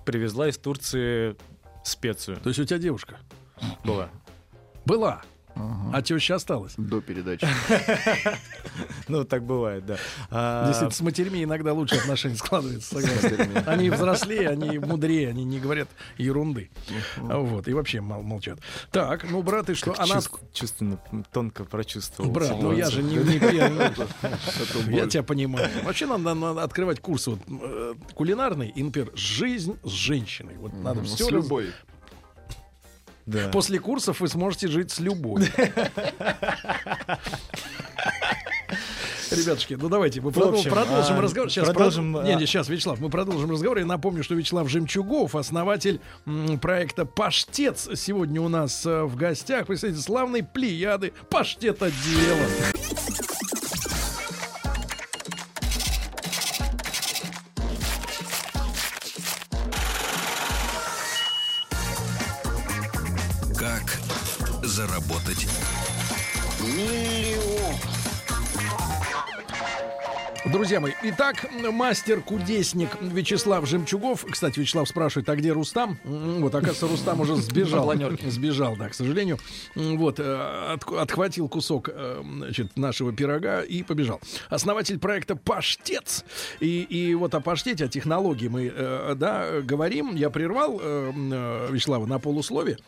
[SPEAKER 3] привезла из Турции специю.
[SPEAKER 2] То есть у тебя девушка [laughs]
[SPEAKER 3] Была.
[SPEAKER 2] была,
[SPEAKER 4] Ага.
[SPEAKER 2] а теща осталась.
[SPEAKER 4] До передачи.
[SPEAKER 3] Ну, так бывает, да. А,
[SPEAKER 2] Действительно, с матерьми иногда лучше отношения складываются, согласен.
[SPEAKER 4] Термин.
[SPEAKER 2] Они взрослее, они мудрее, они не говорят ерунды. Вот, и вообще мол- молчат. Так, ну, брат, и что?
[SPEAKER 3] как
[SPEAKER 2] Она...
[SPEAKER 3] чувств- чувственно, м, тонко прочувствовал.
[SPEAKER 2] Брат, ну
[SPEAKER 3] ситуацию.
[SPEAKER 2] я же не, не пьяный.
[SPEAKER 4] Это
[SPEAKER 2] Я
[SPEAKER 4] боль.
[SPEAKER 2] тебя понимаю. Вообще нам надо, надо открывать курс вот, э, кулинарный, и, например, жизнь с женщиной. Вот надо
[SPEAKER 4] Ну,
[SPEAKER 2] все.
[SPEAKER 4] С любой.
[SPEAKER 3] Да.
[SPEAKER 2] После курсов вы сможете жить с любой. Ребятушки, ну давайте мы
[SPEAKER 3] В
[SPEAKER 2] продол-
[SPEAKER 3] общем,
[SPEAKER 2] продолжим
[SPEAKER 3] а,
[SPEAKER 2] разговор. Сейчас
[SPEAKER 3] продолжим,
[SPEAKER 2] прод-
[SPEAKER 3] а-
[SPEAKER 2] Не, не, сейчас, Вячеслав, мы продолжим разговор. Я напомню, что Вячеслав Жемчугов, основатель м, проекта Паштец, сегодня у нас э, в гостях. Вы знаете, славной плеяды паштет отдела.
[SPEAKER 1] Как заработать?
[SPEAKER 2] Друзья мои, итак, мастер-кудесник Вячеслав Жемчугов. Кстати, Вячеслав спрашивает, а где Рустам? М, Вот, оказывается, Рустам уже сбежал. Сбежал, да, к сожалению. М, Вот, э, отк- отхватил кусок э, значит, нашего пирога и побежал. Основатель проекта «Паштец». И, и вот о паштете, о технологии мы, э, да, говорим. Я прервал э, м, э, Вячеслава на полуслове.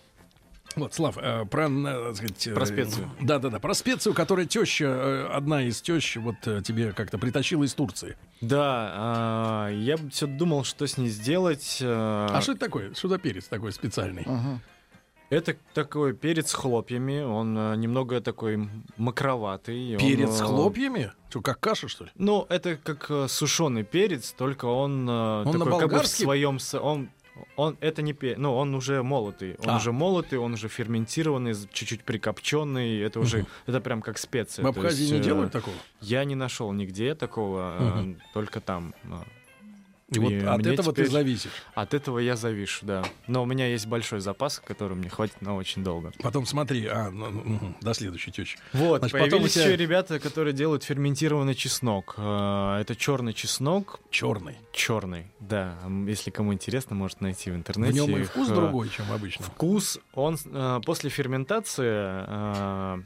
[SPEAKER 2] Вот, Слав, э, про, э, так сказать, э,
[SPEAKER 3] Про специю.
[SPEAKER 2] Да, да, да, про специю, которая теща, э, одна из тещ, вот э, тебе как-то притащила из Турции.
[SPEAKER 3] Да, а, я все думал, что с ней сделать.
[SPEAKER 2] А, что это такое? Что за перец такой специальный?
[SPEAKER 4] Ага.
[SPEAKER 3] Это такой перец с хлопьями, он э, немного такой м- макроватый. он,
[SPEAKER 2] Перец с
[SPEAKER 3] э,
[SPEAKER 2] хлопьями? Что, как каша, что ли?
[SPEAKER 3] Ну, это как сушеный перец, только он,
[SPEAKER 2] на
[SPEAKER 3] э, такой как бы в
[SPEAKER 2] болгарский?
[SPEAKER 3] своем... со- Он, он, это не перец, ну, он уже молотый. Он
[SPEAKER 2] А.
[SPEAKER 3] уже молотый, он уже ферментированный, з- чуть-чуть прикопченный. Это уже, это прям как специя.
[SPEAKER 2] В
[SPEAKER 3] то
[SPEAKER 2] Абхазии
[SPEAKER 3] есть,
[SPEAKER 2] не
[SPEAKER 3] э,
[SPEAKER 2] делают такого?
[SPEAKER 3] Я не нашел нигде такого, э,
[SPEAKER 2] Мгм.
[SPEAKER 3] только там. э,
[SPEAKER 2] И вот
[SPEAKER 3] И
[SPEAKER 2] от
[SPEAKER 3] мне
[SPEAKER 2] этого ты
[SPEAKER 3] теперь-
[SPEAKER 2] зависишь.
[SPEAKER 3] От этого я завишу, да. Но у меня есть большой запас, который мне хватит на очень долго.
[SPEAKER 2] Потом смотри, а, ну, мгм, до следующей тещи.
[SPEAKER 3] Вот,
[SPEAKER 2] Значит, потом
[SPEAKER 3] появились
[SPEAKER 2] у тебя-
[SPEAKER 3] еще ребята, которые делают ферментированный чеснок. Э, Это черный чеснок,
[SPEAKER 2] Черный.
[SPEAKER 3] черный, да. М, Если кому интересно, может найти в
[SPEAKER 2] В
[SPEAKER 3] интернете.
[SPEAKER 2] нем и
[SPEAKER 3] их,
[SPEAKER 2] вкус
[SPEAKER 3] э,
[SPEAKER 2] другой, чем обычно.
[SPEAKER 3] Вкус, он э, после ферментации, э,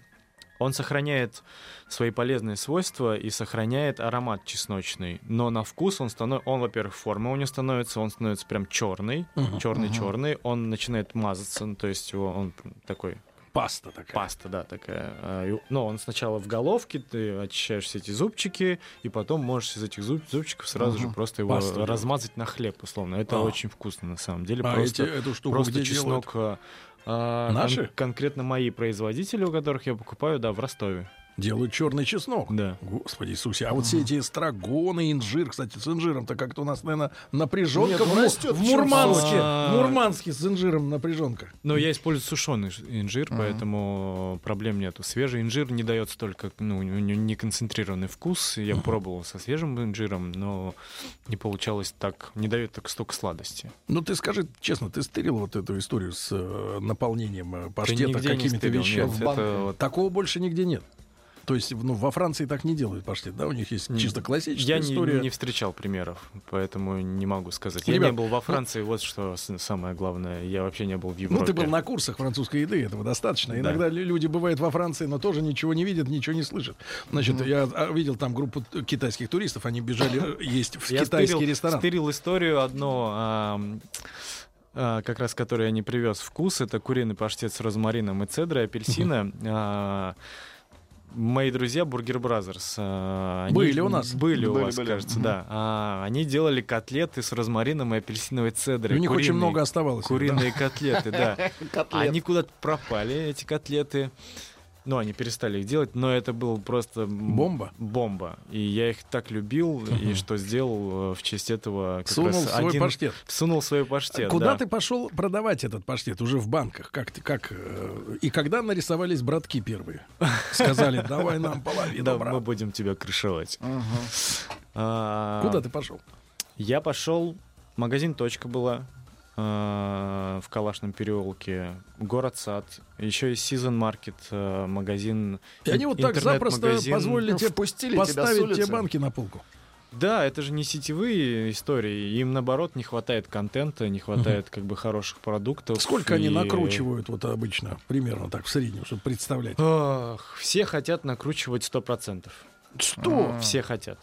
[SPEAKER 3] он сохраняет свои полезные свойства и сохраняет аромат чесночный. Но на вкус он становится, он, во-первых, форма у него становится, он становится прям черный,
[SPEAKER 2] Мгм.
[SPEAKER 3] черный-черный, он начинает мазаться, ну, то есть его- он такой
[SPEAKER 2] Паста такая.
[SPEAKER 3] паста, да, такая. А, и- Но он сначала в головке, ты очищаешь все эти зубчики, и потом можешь из этих зуб- зубчиков сразу же просто его
[SPEAKER 2] Пасту делать.
[SPEAKER 3] размазать на хлеб, условно. Это
[SPEAKER 2] А.
[SPEAKER 3] очень вкусно, на самом деле.
[SPEAKER 2] А
[SPEAKER 3] просто
[SPEAKER 2] эти- эту штуку
[SPEAKER 3] просто
[SPEAKER 2] где
[SPEAKER 3] чеснок. а, а,
[SPEAKER 2] Наши?
[SPEAKER 3] конкретно мои производители, у которых я покупаю, да, в Ростове.
[SPEAKER 2] Делают черный чеснок.
[SPEAKER 3] Да.
[SPEAKER 2] Господи Иисусе, а вот все эти эстрагоны, инжир, кстати, с инжиром-то как-то у нас, наверное, напряженка.
[SPEAKER 4] Нет, он
[SPEAKER 2] в, Му-
[SPEAKER 4] растет
[SPEAKER 2] в
[SPEAKER 4] в чём
[SPEAKER 2] Мурманске.
[SPEAKER 3] смысл?
[SPEAKER 2] В Мурманске с инжиром напряженка.
[SPEAKER 3] Но я использую сушеный инжир, поэтому проблем нету. Свежий инжир не дает столько, ну, у него не концентрированный вкус. Я пробовал со свежим инжиром, но не получалось так, не дает так столько сладости.
[SPEAKER 2] Ну ты скажи честно, ты стырил вот эту историю с э, наполнением э,
[SPEAKER 3] Ты
[SPEAKER 2] паштета
[SPEAKER 3] нигде не
[SPEAKER 2] какими-то
[SPEAKER 3] стырил,
[SPEAKER 2] вещами?
[SPEAKER 3] нет,
[SPEAKER 4] В банке.
[SPEAKER 3] это вот-
[SPEAKER 2] Такого больше нигде нет. То есть, ну, во Франции так не делают паштет, да? У них есть чисто классическая
[SPEAKER 3] Я не,
[SPEAKER 2] история.
[SPEAKER 3] не встречал примеров, поэтому не могу сказать. я
[SPEAKER 2] Ребят, ну
[SPEAKER 3] не был во Франции, вот что с- самое главное. Я вообще не был в Европе.
[SPEAKER 2] Ну, ты был на курсах французской еды, этого достаточно.
[SPEAKER 3] Да.
[SPEAKER 2] Иногда лю- люди бывают во Франции, но тоже ничего не видят, ничего не слышат.
[SPEAKER 3] Ну.
[SPEAKER 2] Значит, я а, видел там группу т- китайских туристов, они
[SPEAKER 3] [laughs]
[SPEAKER 2] бежали э, есть в
[SPEAKER 3] Я
[SPEAKER 2] китайский
[SPEAKER 3] стырил-
[SPEAKER 2] ресторан.
[SPEAKER 3] стырил историю одно, ам, а, как раз который я не привез вкус. Это куриный паштет с розмарином и цедрой, апельсина. А, Мои друзья Бургер Бразерс. а,
[SPEAKER 2] Были у нас.
[SPEAKER 3] Были у
[SPEAKER 4] Были,
[SPEAKER 3] вас,
[SPEAKER 4] были.
[SPEAKER 3] кажется,
[SPEAKER 4] Мгм.
[SPEAKER 3] да. А, они делали котлеты с розмарином и апельсиновой
[SPEAKER 2] И
[SPEAKER 3] цедрой.
[SPEAKER 2] у них очень
[SPEAKER 3] куриные-
[SPEAKER 2] много оставалось.
[SPEAKER 3] Куриные
[SPEAKER 2] [laughs]
[SPEAKER 3] котлеты, да.
[SPEAKER 4] Котлет.
[SPEAKER 3] Они куда-то пропали, эти котлеты. Ну, они перестали их делать, но это был просто... м,
[SPEAKER 2] Бомба?
[SPEAKER 3] Бомба. И я их так любил, и что сделал э, в честь этого... как
[SPEAKER 2] Сунул
[SPEAKER 3] раз
[SPEAKER 2] свой
[SPEAKER 3] один-
[SPEAKER 2] паштет.
[SPEAKER 3] Всунул свой паштет,
[SPEAKER 2] Куда
[SPEAKER 3] да.
[SPEAKER 2] ты пошел продавать этот паштет? Уже в банках. Как ты, как? э, И когда нарисовались братки первые?
[SPEAKER 3] [laughs]
[SPEAKER 2] Сказали, давай нам половину,
[SPEAKER 3] Да, мы
[SPEAKER 2] брат.
[SPEAKER 3] будем тебя крышевать.
[SPEAKER 2] Куда
[SPEAKER 3] Куда
[SPEAKER 2] ты пошел?
[SPEAKER 3] Я пошел... Магазин «Точка» была э, в Калашном переулке, город Сад, еще есть Season Market, э, магазин.
[SPEAKER 2] И они вот так запросто
[SPEAKER 3] интернет-магазин.
[SPEAKER 2] позволили тебе
[SPEAKER 4] Впустили тебя с
[SPEAKER 2] поставить тебе
[SPEAKER 4] улицы.
[SPEAKER 2] банки на полку.
[SPEAKER 3] Да, это же не сетевые истории. Им наоборот не хватает контента, не хватает как бы хороших продуктов.
[SPEAKER 2] Э, Сколько они
[SPEAKER 3] и-
[SPEAKER 2] накручивают вот обычно, примерно так, в среднем, чтобы представлять?
[SPEAKER 3] Ах, все хотят накручивать 100%.
[SPEAKER 2] Что?
[SPEAKER 3] Все хотят.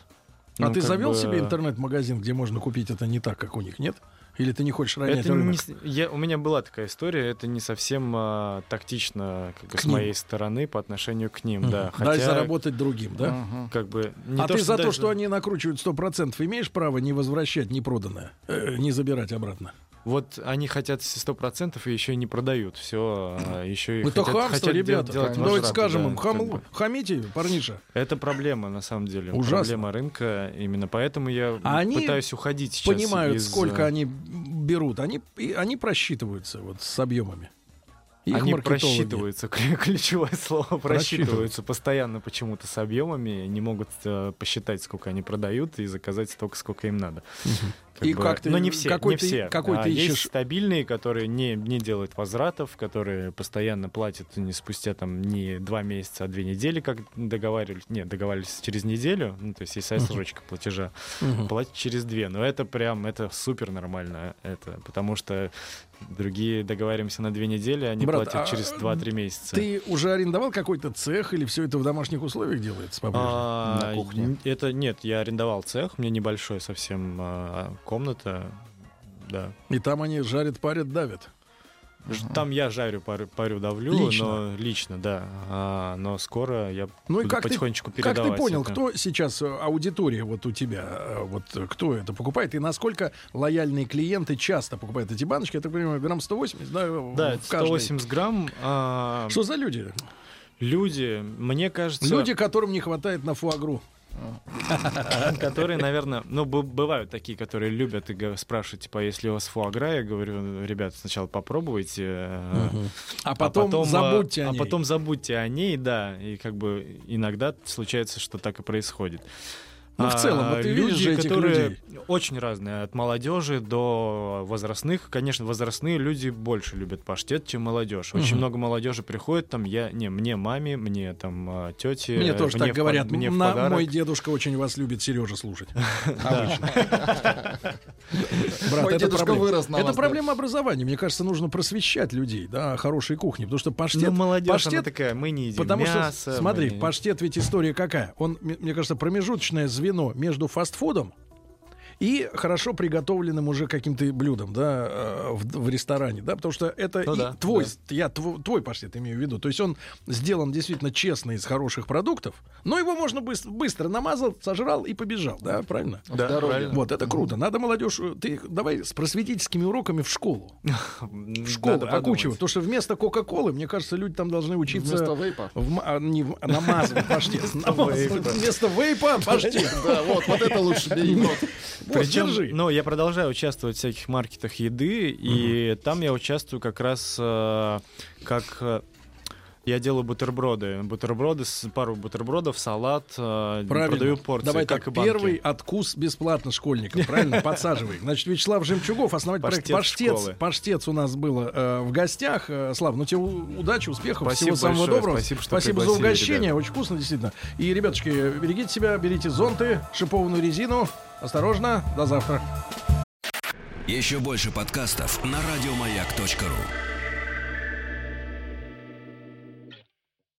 [SPEAKER 2] А
[SPEAKER 3] Ну,
[SPEAKER 2] ты
[SPEAKER 3] как
[SPEAKER 2] завел
[SPEAKER 3] бы,
[SPEAKER 2] себе интернет-магазин, где можно купить это не так, как у них, нет? Или ты не хочешь ронять
[SPEAKER 3] Это не
[SPEAKER 2] рынок?
[SPEAKER 3] с- я, у меня была такая история, это не совсем а, тактично как бы,
[SPEAKER 2] К
[SPEAKER 3] с
[SPEAKER 2] ним.
[SPEAKER 3] моей стороны по отношению к ним, да.
[SPEAKER 2] Мгм. Дай
[SPEAKER 3] хотя,
[SPEAKER 2] заработать другим, да?
[SPEAKER 3] Как бы, не
[SPEAKER 2] а ты за то,
[SPEAKER 3] даже-
[SPEAKER 2] что они накручивают 100%, имеешь право не возвращать непроданное, э, не забирать обратно?
[SPEAKER 3] Вот они хотят все 100% и еще и не продают все, еще и
[SPEAKER 2] Это
[SPEAKER 3] хотят,
[SPEAKER 2] Ну, хамство,
[SPEAKER 3] хотят дел-
[SPEAKER 2] ребята.
[SPEAKER 3] делать
[SPEAKER 2] Давайте
[SPEAKER 3] возврат,
[SPEAKER 2] скажем
[SPEAKER 3] да,
[SPEAKER 2] им,
[SPEAKER 3] как
[SPEAKER 2] хамл-
[SPEAKER 3] бы.
[SPEAKER 2] хамите, парниша.
[SPEAKER 3] Это проблема, на самом деле.
[SPEAKER 2] Ужасно.
[SPEAKER 3] Проблема рынка. Именно поэтому я
[SPEAKER 2] А они
[SPEAKER 3] пытаюсь уходить сейчас.
[SPEAKER 2] Понимают,
[SPEAKER 3] из,
[SPEAKER 2] сколько
[SPEAKER 3] э,
[SPEAKER 2] они берут. Они, и они просчитываются вот с объемами. Их
[SPEAKER 3] э, они
[SPEAKER 2] маркетологи.
[SPEAKER 3] просчитываются, ключ- [laughs] ключевое слово,
[SPEAKER 2] Просчитываются.
[SPEAKER 3] просчитываются постоянно почему-то с объемами, не могут э, посчитать, сколько они продают, и заказать столько, сколько им надо.
[SPEAKER 2] И как ты-
[SPEAKER 3] Но не все,
[SPEAKER 2] какой
[SPEAKER 3] не
[SPEAKER 2] ты-
[SPEAKER 3] все.
[SPEAKER 2] какой
[SPEAKER 3] А
[SPEAKER 2] ты
[SPEAKER 3] есть
[SPEAKER 2] ищешь-
[SPEAKER 3] стабильные, которые не, не делают возвратов, которые постоянно платят не спустя там не два месяца, а две недели, как договаривались, нет, договаривались через неделю, ну, то есть есть срочка платежа.
[SPEAKER 2] Мгм.
[SPEAKER 3] Платить через две. Но это прям, это супер нормально. Это, потому что другие договариваемся на две недели, они
[SPEAKER 2] Брат,
[SPEAKER 3] платят
[SPEAKER 2] а
[SPEAKER 3] через 2-3 месяца.
[SPEAKER 2] Ты уже арендовал какой-то цех или все это в домашних условиях делается по-прежнему?
[SPEAKER 3] А,
[SPEAKER 4] на кухне?
[SPEAKER 3] н- Это нет, я арендовал цех, у меня небольшой совсем а, комната. Да.
[SPEAKER 2] И там они жарят, парят, давят.
[SPEAKER 3] Ж- Там я жарю, парю, парю давлю,
[SPEAKER 2] Лично?
[SPEAKER 3] но лично, да. А, но скоро я
[SPEAKER 2] Ну и
[SPEAKER 3] буду
[SPEAKER 2] как ты-
[SPEAKER 3] потихонечку
[SPEAKER 2] Как
[SPEAKER 3] передавать.
[SPEAKER 2] ты понял,
[SPEAKER 3] это.
[SPEAKER 2] кто сейчас э, аудитория вот у тебя, э, вот э, кто это покупает и насколько лояльные клиенты часто покупают эти баночки? Я так понимаю, грамм 180, да? в-
[SPEAKER 3] Да,
[SPEAKER 2] в каждой.
[SPEAKER 3] 180 грамм. а,
[SPEAKER 2] Что за люди?
[SPEAKER 3] Люди, мне кажется...
[SPEAKER 2] Люди, которым не хватает на фуагру.
[SPEAKER 3] Которые, наверное, ну, б- бывают такие, которые любят и га- спрашивают, типа, а если у вас фуагра, я говорю, ребят, сначала попробуйте, э,
[SPEAKER 2] А потом,
[SPEAKER 3] э,
[SPEAKER 2] забудьте о
[SPEAKER 3] А
[SPEAKER 2] ней.
[SPEAKER 3] потом забудьте о ней, да, и как бы иногда случается, что так и происходит. А,
[SPEAKER 2] Ну, в целом, вот ты
[SPEAKER 3] люди,
[SPEAKER 2] видишь же этих
[SPEAKER 3] которые
[SPEAKER 2] людей.
[SPEAKER 3] очень разные, от молодежи до возрастных. Конечно, возрастные люди больше любят паштет, чем молодежь. Очень
[SPEAKER 2] Мгм.
[SPEAKER 3] много молодежи приходит, там я, не, мне маме, мне там тете.
[SPEAKER 2] Мне тоже так говорят.
[SPEAKER 3] Мне в
[SPEAKER 2] На-
[SPEAKER 3] подарок.
[SPEAKER 2] мой дедушка очень вас любит, Сережа,
[SPEAKER 3] [laughs]
[SPEAKER 2] слушать. Обычно. Брат,
[SPEAKER 4] Мой
[SPEAKER 2] это
[SPEAKER 4] дедушка
[SPEAKER 2] проблема.
[SPEAKER 4] вырос на
[SPEAKER 2] Это
[SPEAKER 4] вас, да.
[SPEAKER 2] проблема образования. Мне кажется, нужно просвещать людей, да, о хорошей кухне. Потому что
[SPEAKER 3] Ну,
[SPEAKER 2] паштет...
[SPEAKER 3] молодежь, она
[SPEAKER 2] паштет-
[SPEAKER 3] такая, мы не едим
[SPEAKER 2] Потому
[SPEAKER 3] мясо.
[SPEAKER 2] что, смотри,
[SPEAKER 3] мы не-
[SPEAKER 2] паштет ведь история какая? Он, м- мне кажется, промежуточное звено между фастфудом и хорошо приготовленным уже каким-то блюдом, да, э, в, в ресторане, да, потому что это
[SPEAKER 3] Ну
[SPEAKER 2] и
[SPEAKER 3] да,
[SPEAKER 2] твой,
[SPEAKER 3] да.
[SPEAKER 2] я тво- твой паштет имею в виду, то есть он сделан действительно честно из хороших продуктов, но его можно быс- быстро намазал, сожрал и побежал, да, правильно?
[SPEAKER 3] Да,
[SPEAKER 4] дороге.
[SPEAKER 3] правильно.
[SPEAKER 2] Вот это круто. Надо молодежь, э, ты давай с просветительскими уроками в школу, в школу
[SPEAKER 3] Надо
[SPEAKER 2] окучивай,
[SPEAKER 3] подумать.
[SPEAKER 2] потому что вместо Кока-Колы, мне кажется, люди там должны учиться
[SPEAKER 4] Вместо вейпа.
[SPEAKER 2] в ма- а, не в- а намазывать паштет. Намазывать. Вместо вейпа паштет.
[SPEAKER 4] Да, вот, вот это лучше. бей в рот.
[SPEAKER 2] Вот,
[SPEAKER 3] Причем,
[SPEAKER 2] держи.
[SPEAKER 3] ну, я продолжаю участвовать в всяких маркетах еды, и там я участвую как раз э, как э, я делаю бутерброды, бутерброды, с- пару бутербродов, салат, э, продаю порции,
[SPEAKER 2] Давай
[SPEAKER 3] как
[SPEAKER 2] так,
[SPEAKER 3] и банки.
[SPEAKER 2] первый откус бесплатно школьникам,
[SPEAKER 3] [laughs]
[SPEAKER 2] правильно? Подсаживай. Значит, Вячеслав Жемчугов, основатель
[SPEAKER 3] Паштет
[SPEAKER 2] проекта
[SPEAKER 3] школы».
[SPEAKER 2] «Паштец». «Паштец» у нас было э, в гостях. Э, Слав, ну тебе у- удачи, успехов, всего
[SPEAKER 3] Спасибо
[SPEAKER 2] самого
[SPEAKER 3] большое,
[SPEAKER 2] доброго.
[SPEAKER 3] спасибо, что
[SPEAKER 2] за
[SPEAKER 3] пригласили,
[SPEAKER 2] угощение,
[SPEAKER 3] ребята.
[SPEAKER 2] очень вкусно, действительно. И, ребяточки, берегите себя, берите зонты, шипованную резину. Осторожно, до завтра.
[SPEAKER 1] Еще больше подкастов на радиомаяк.ру.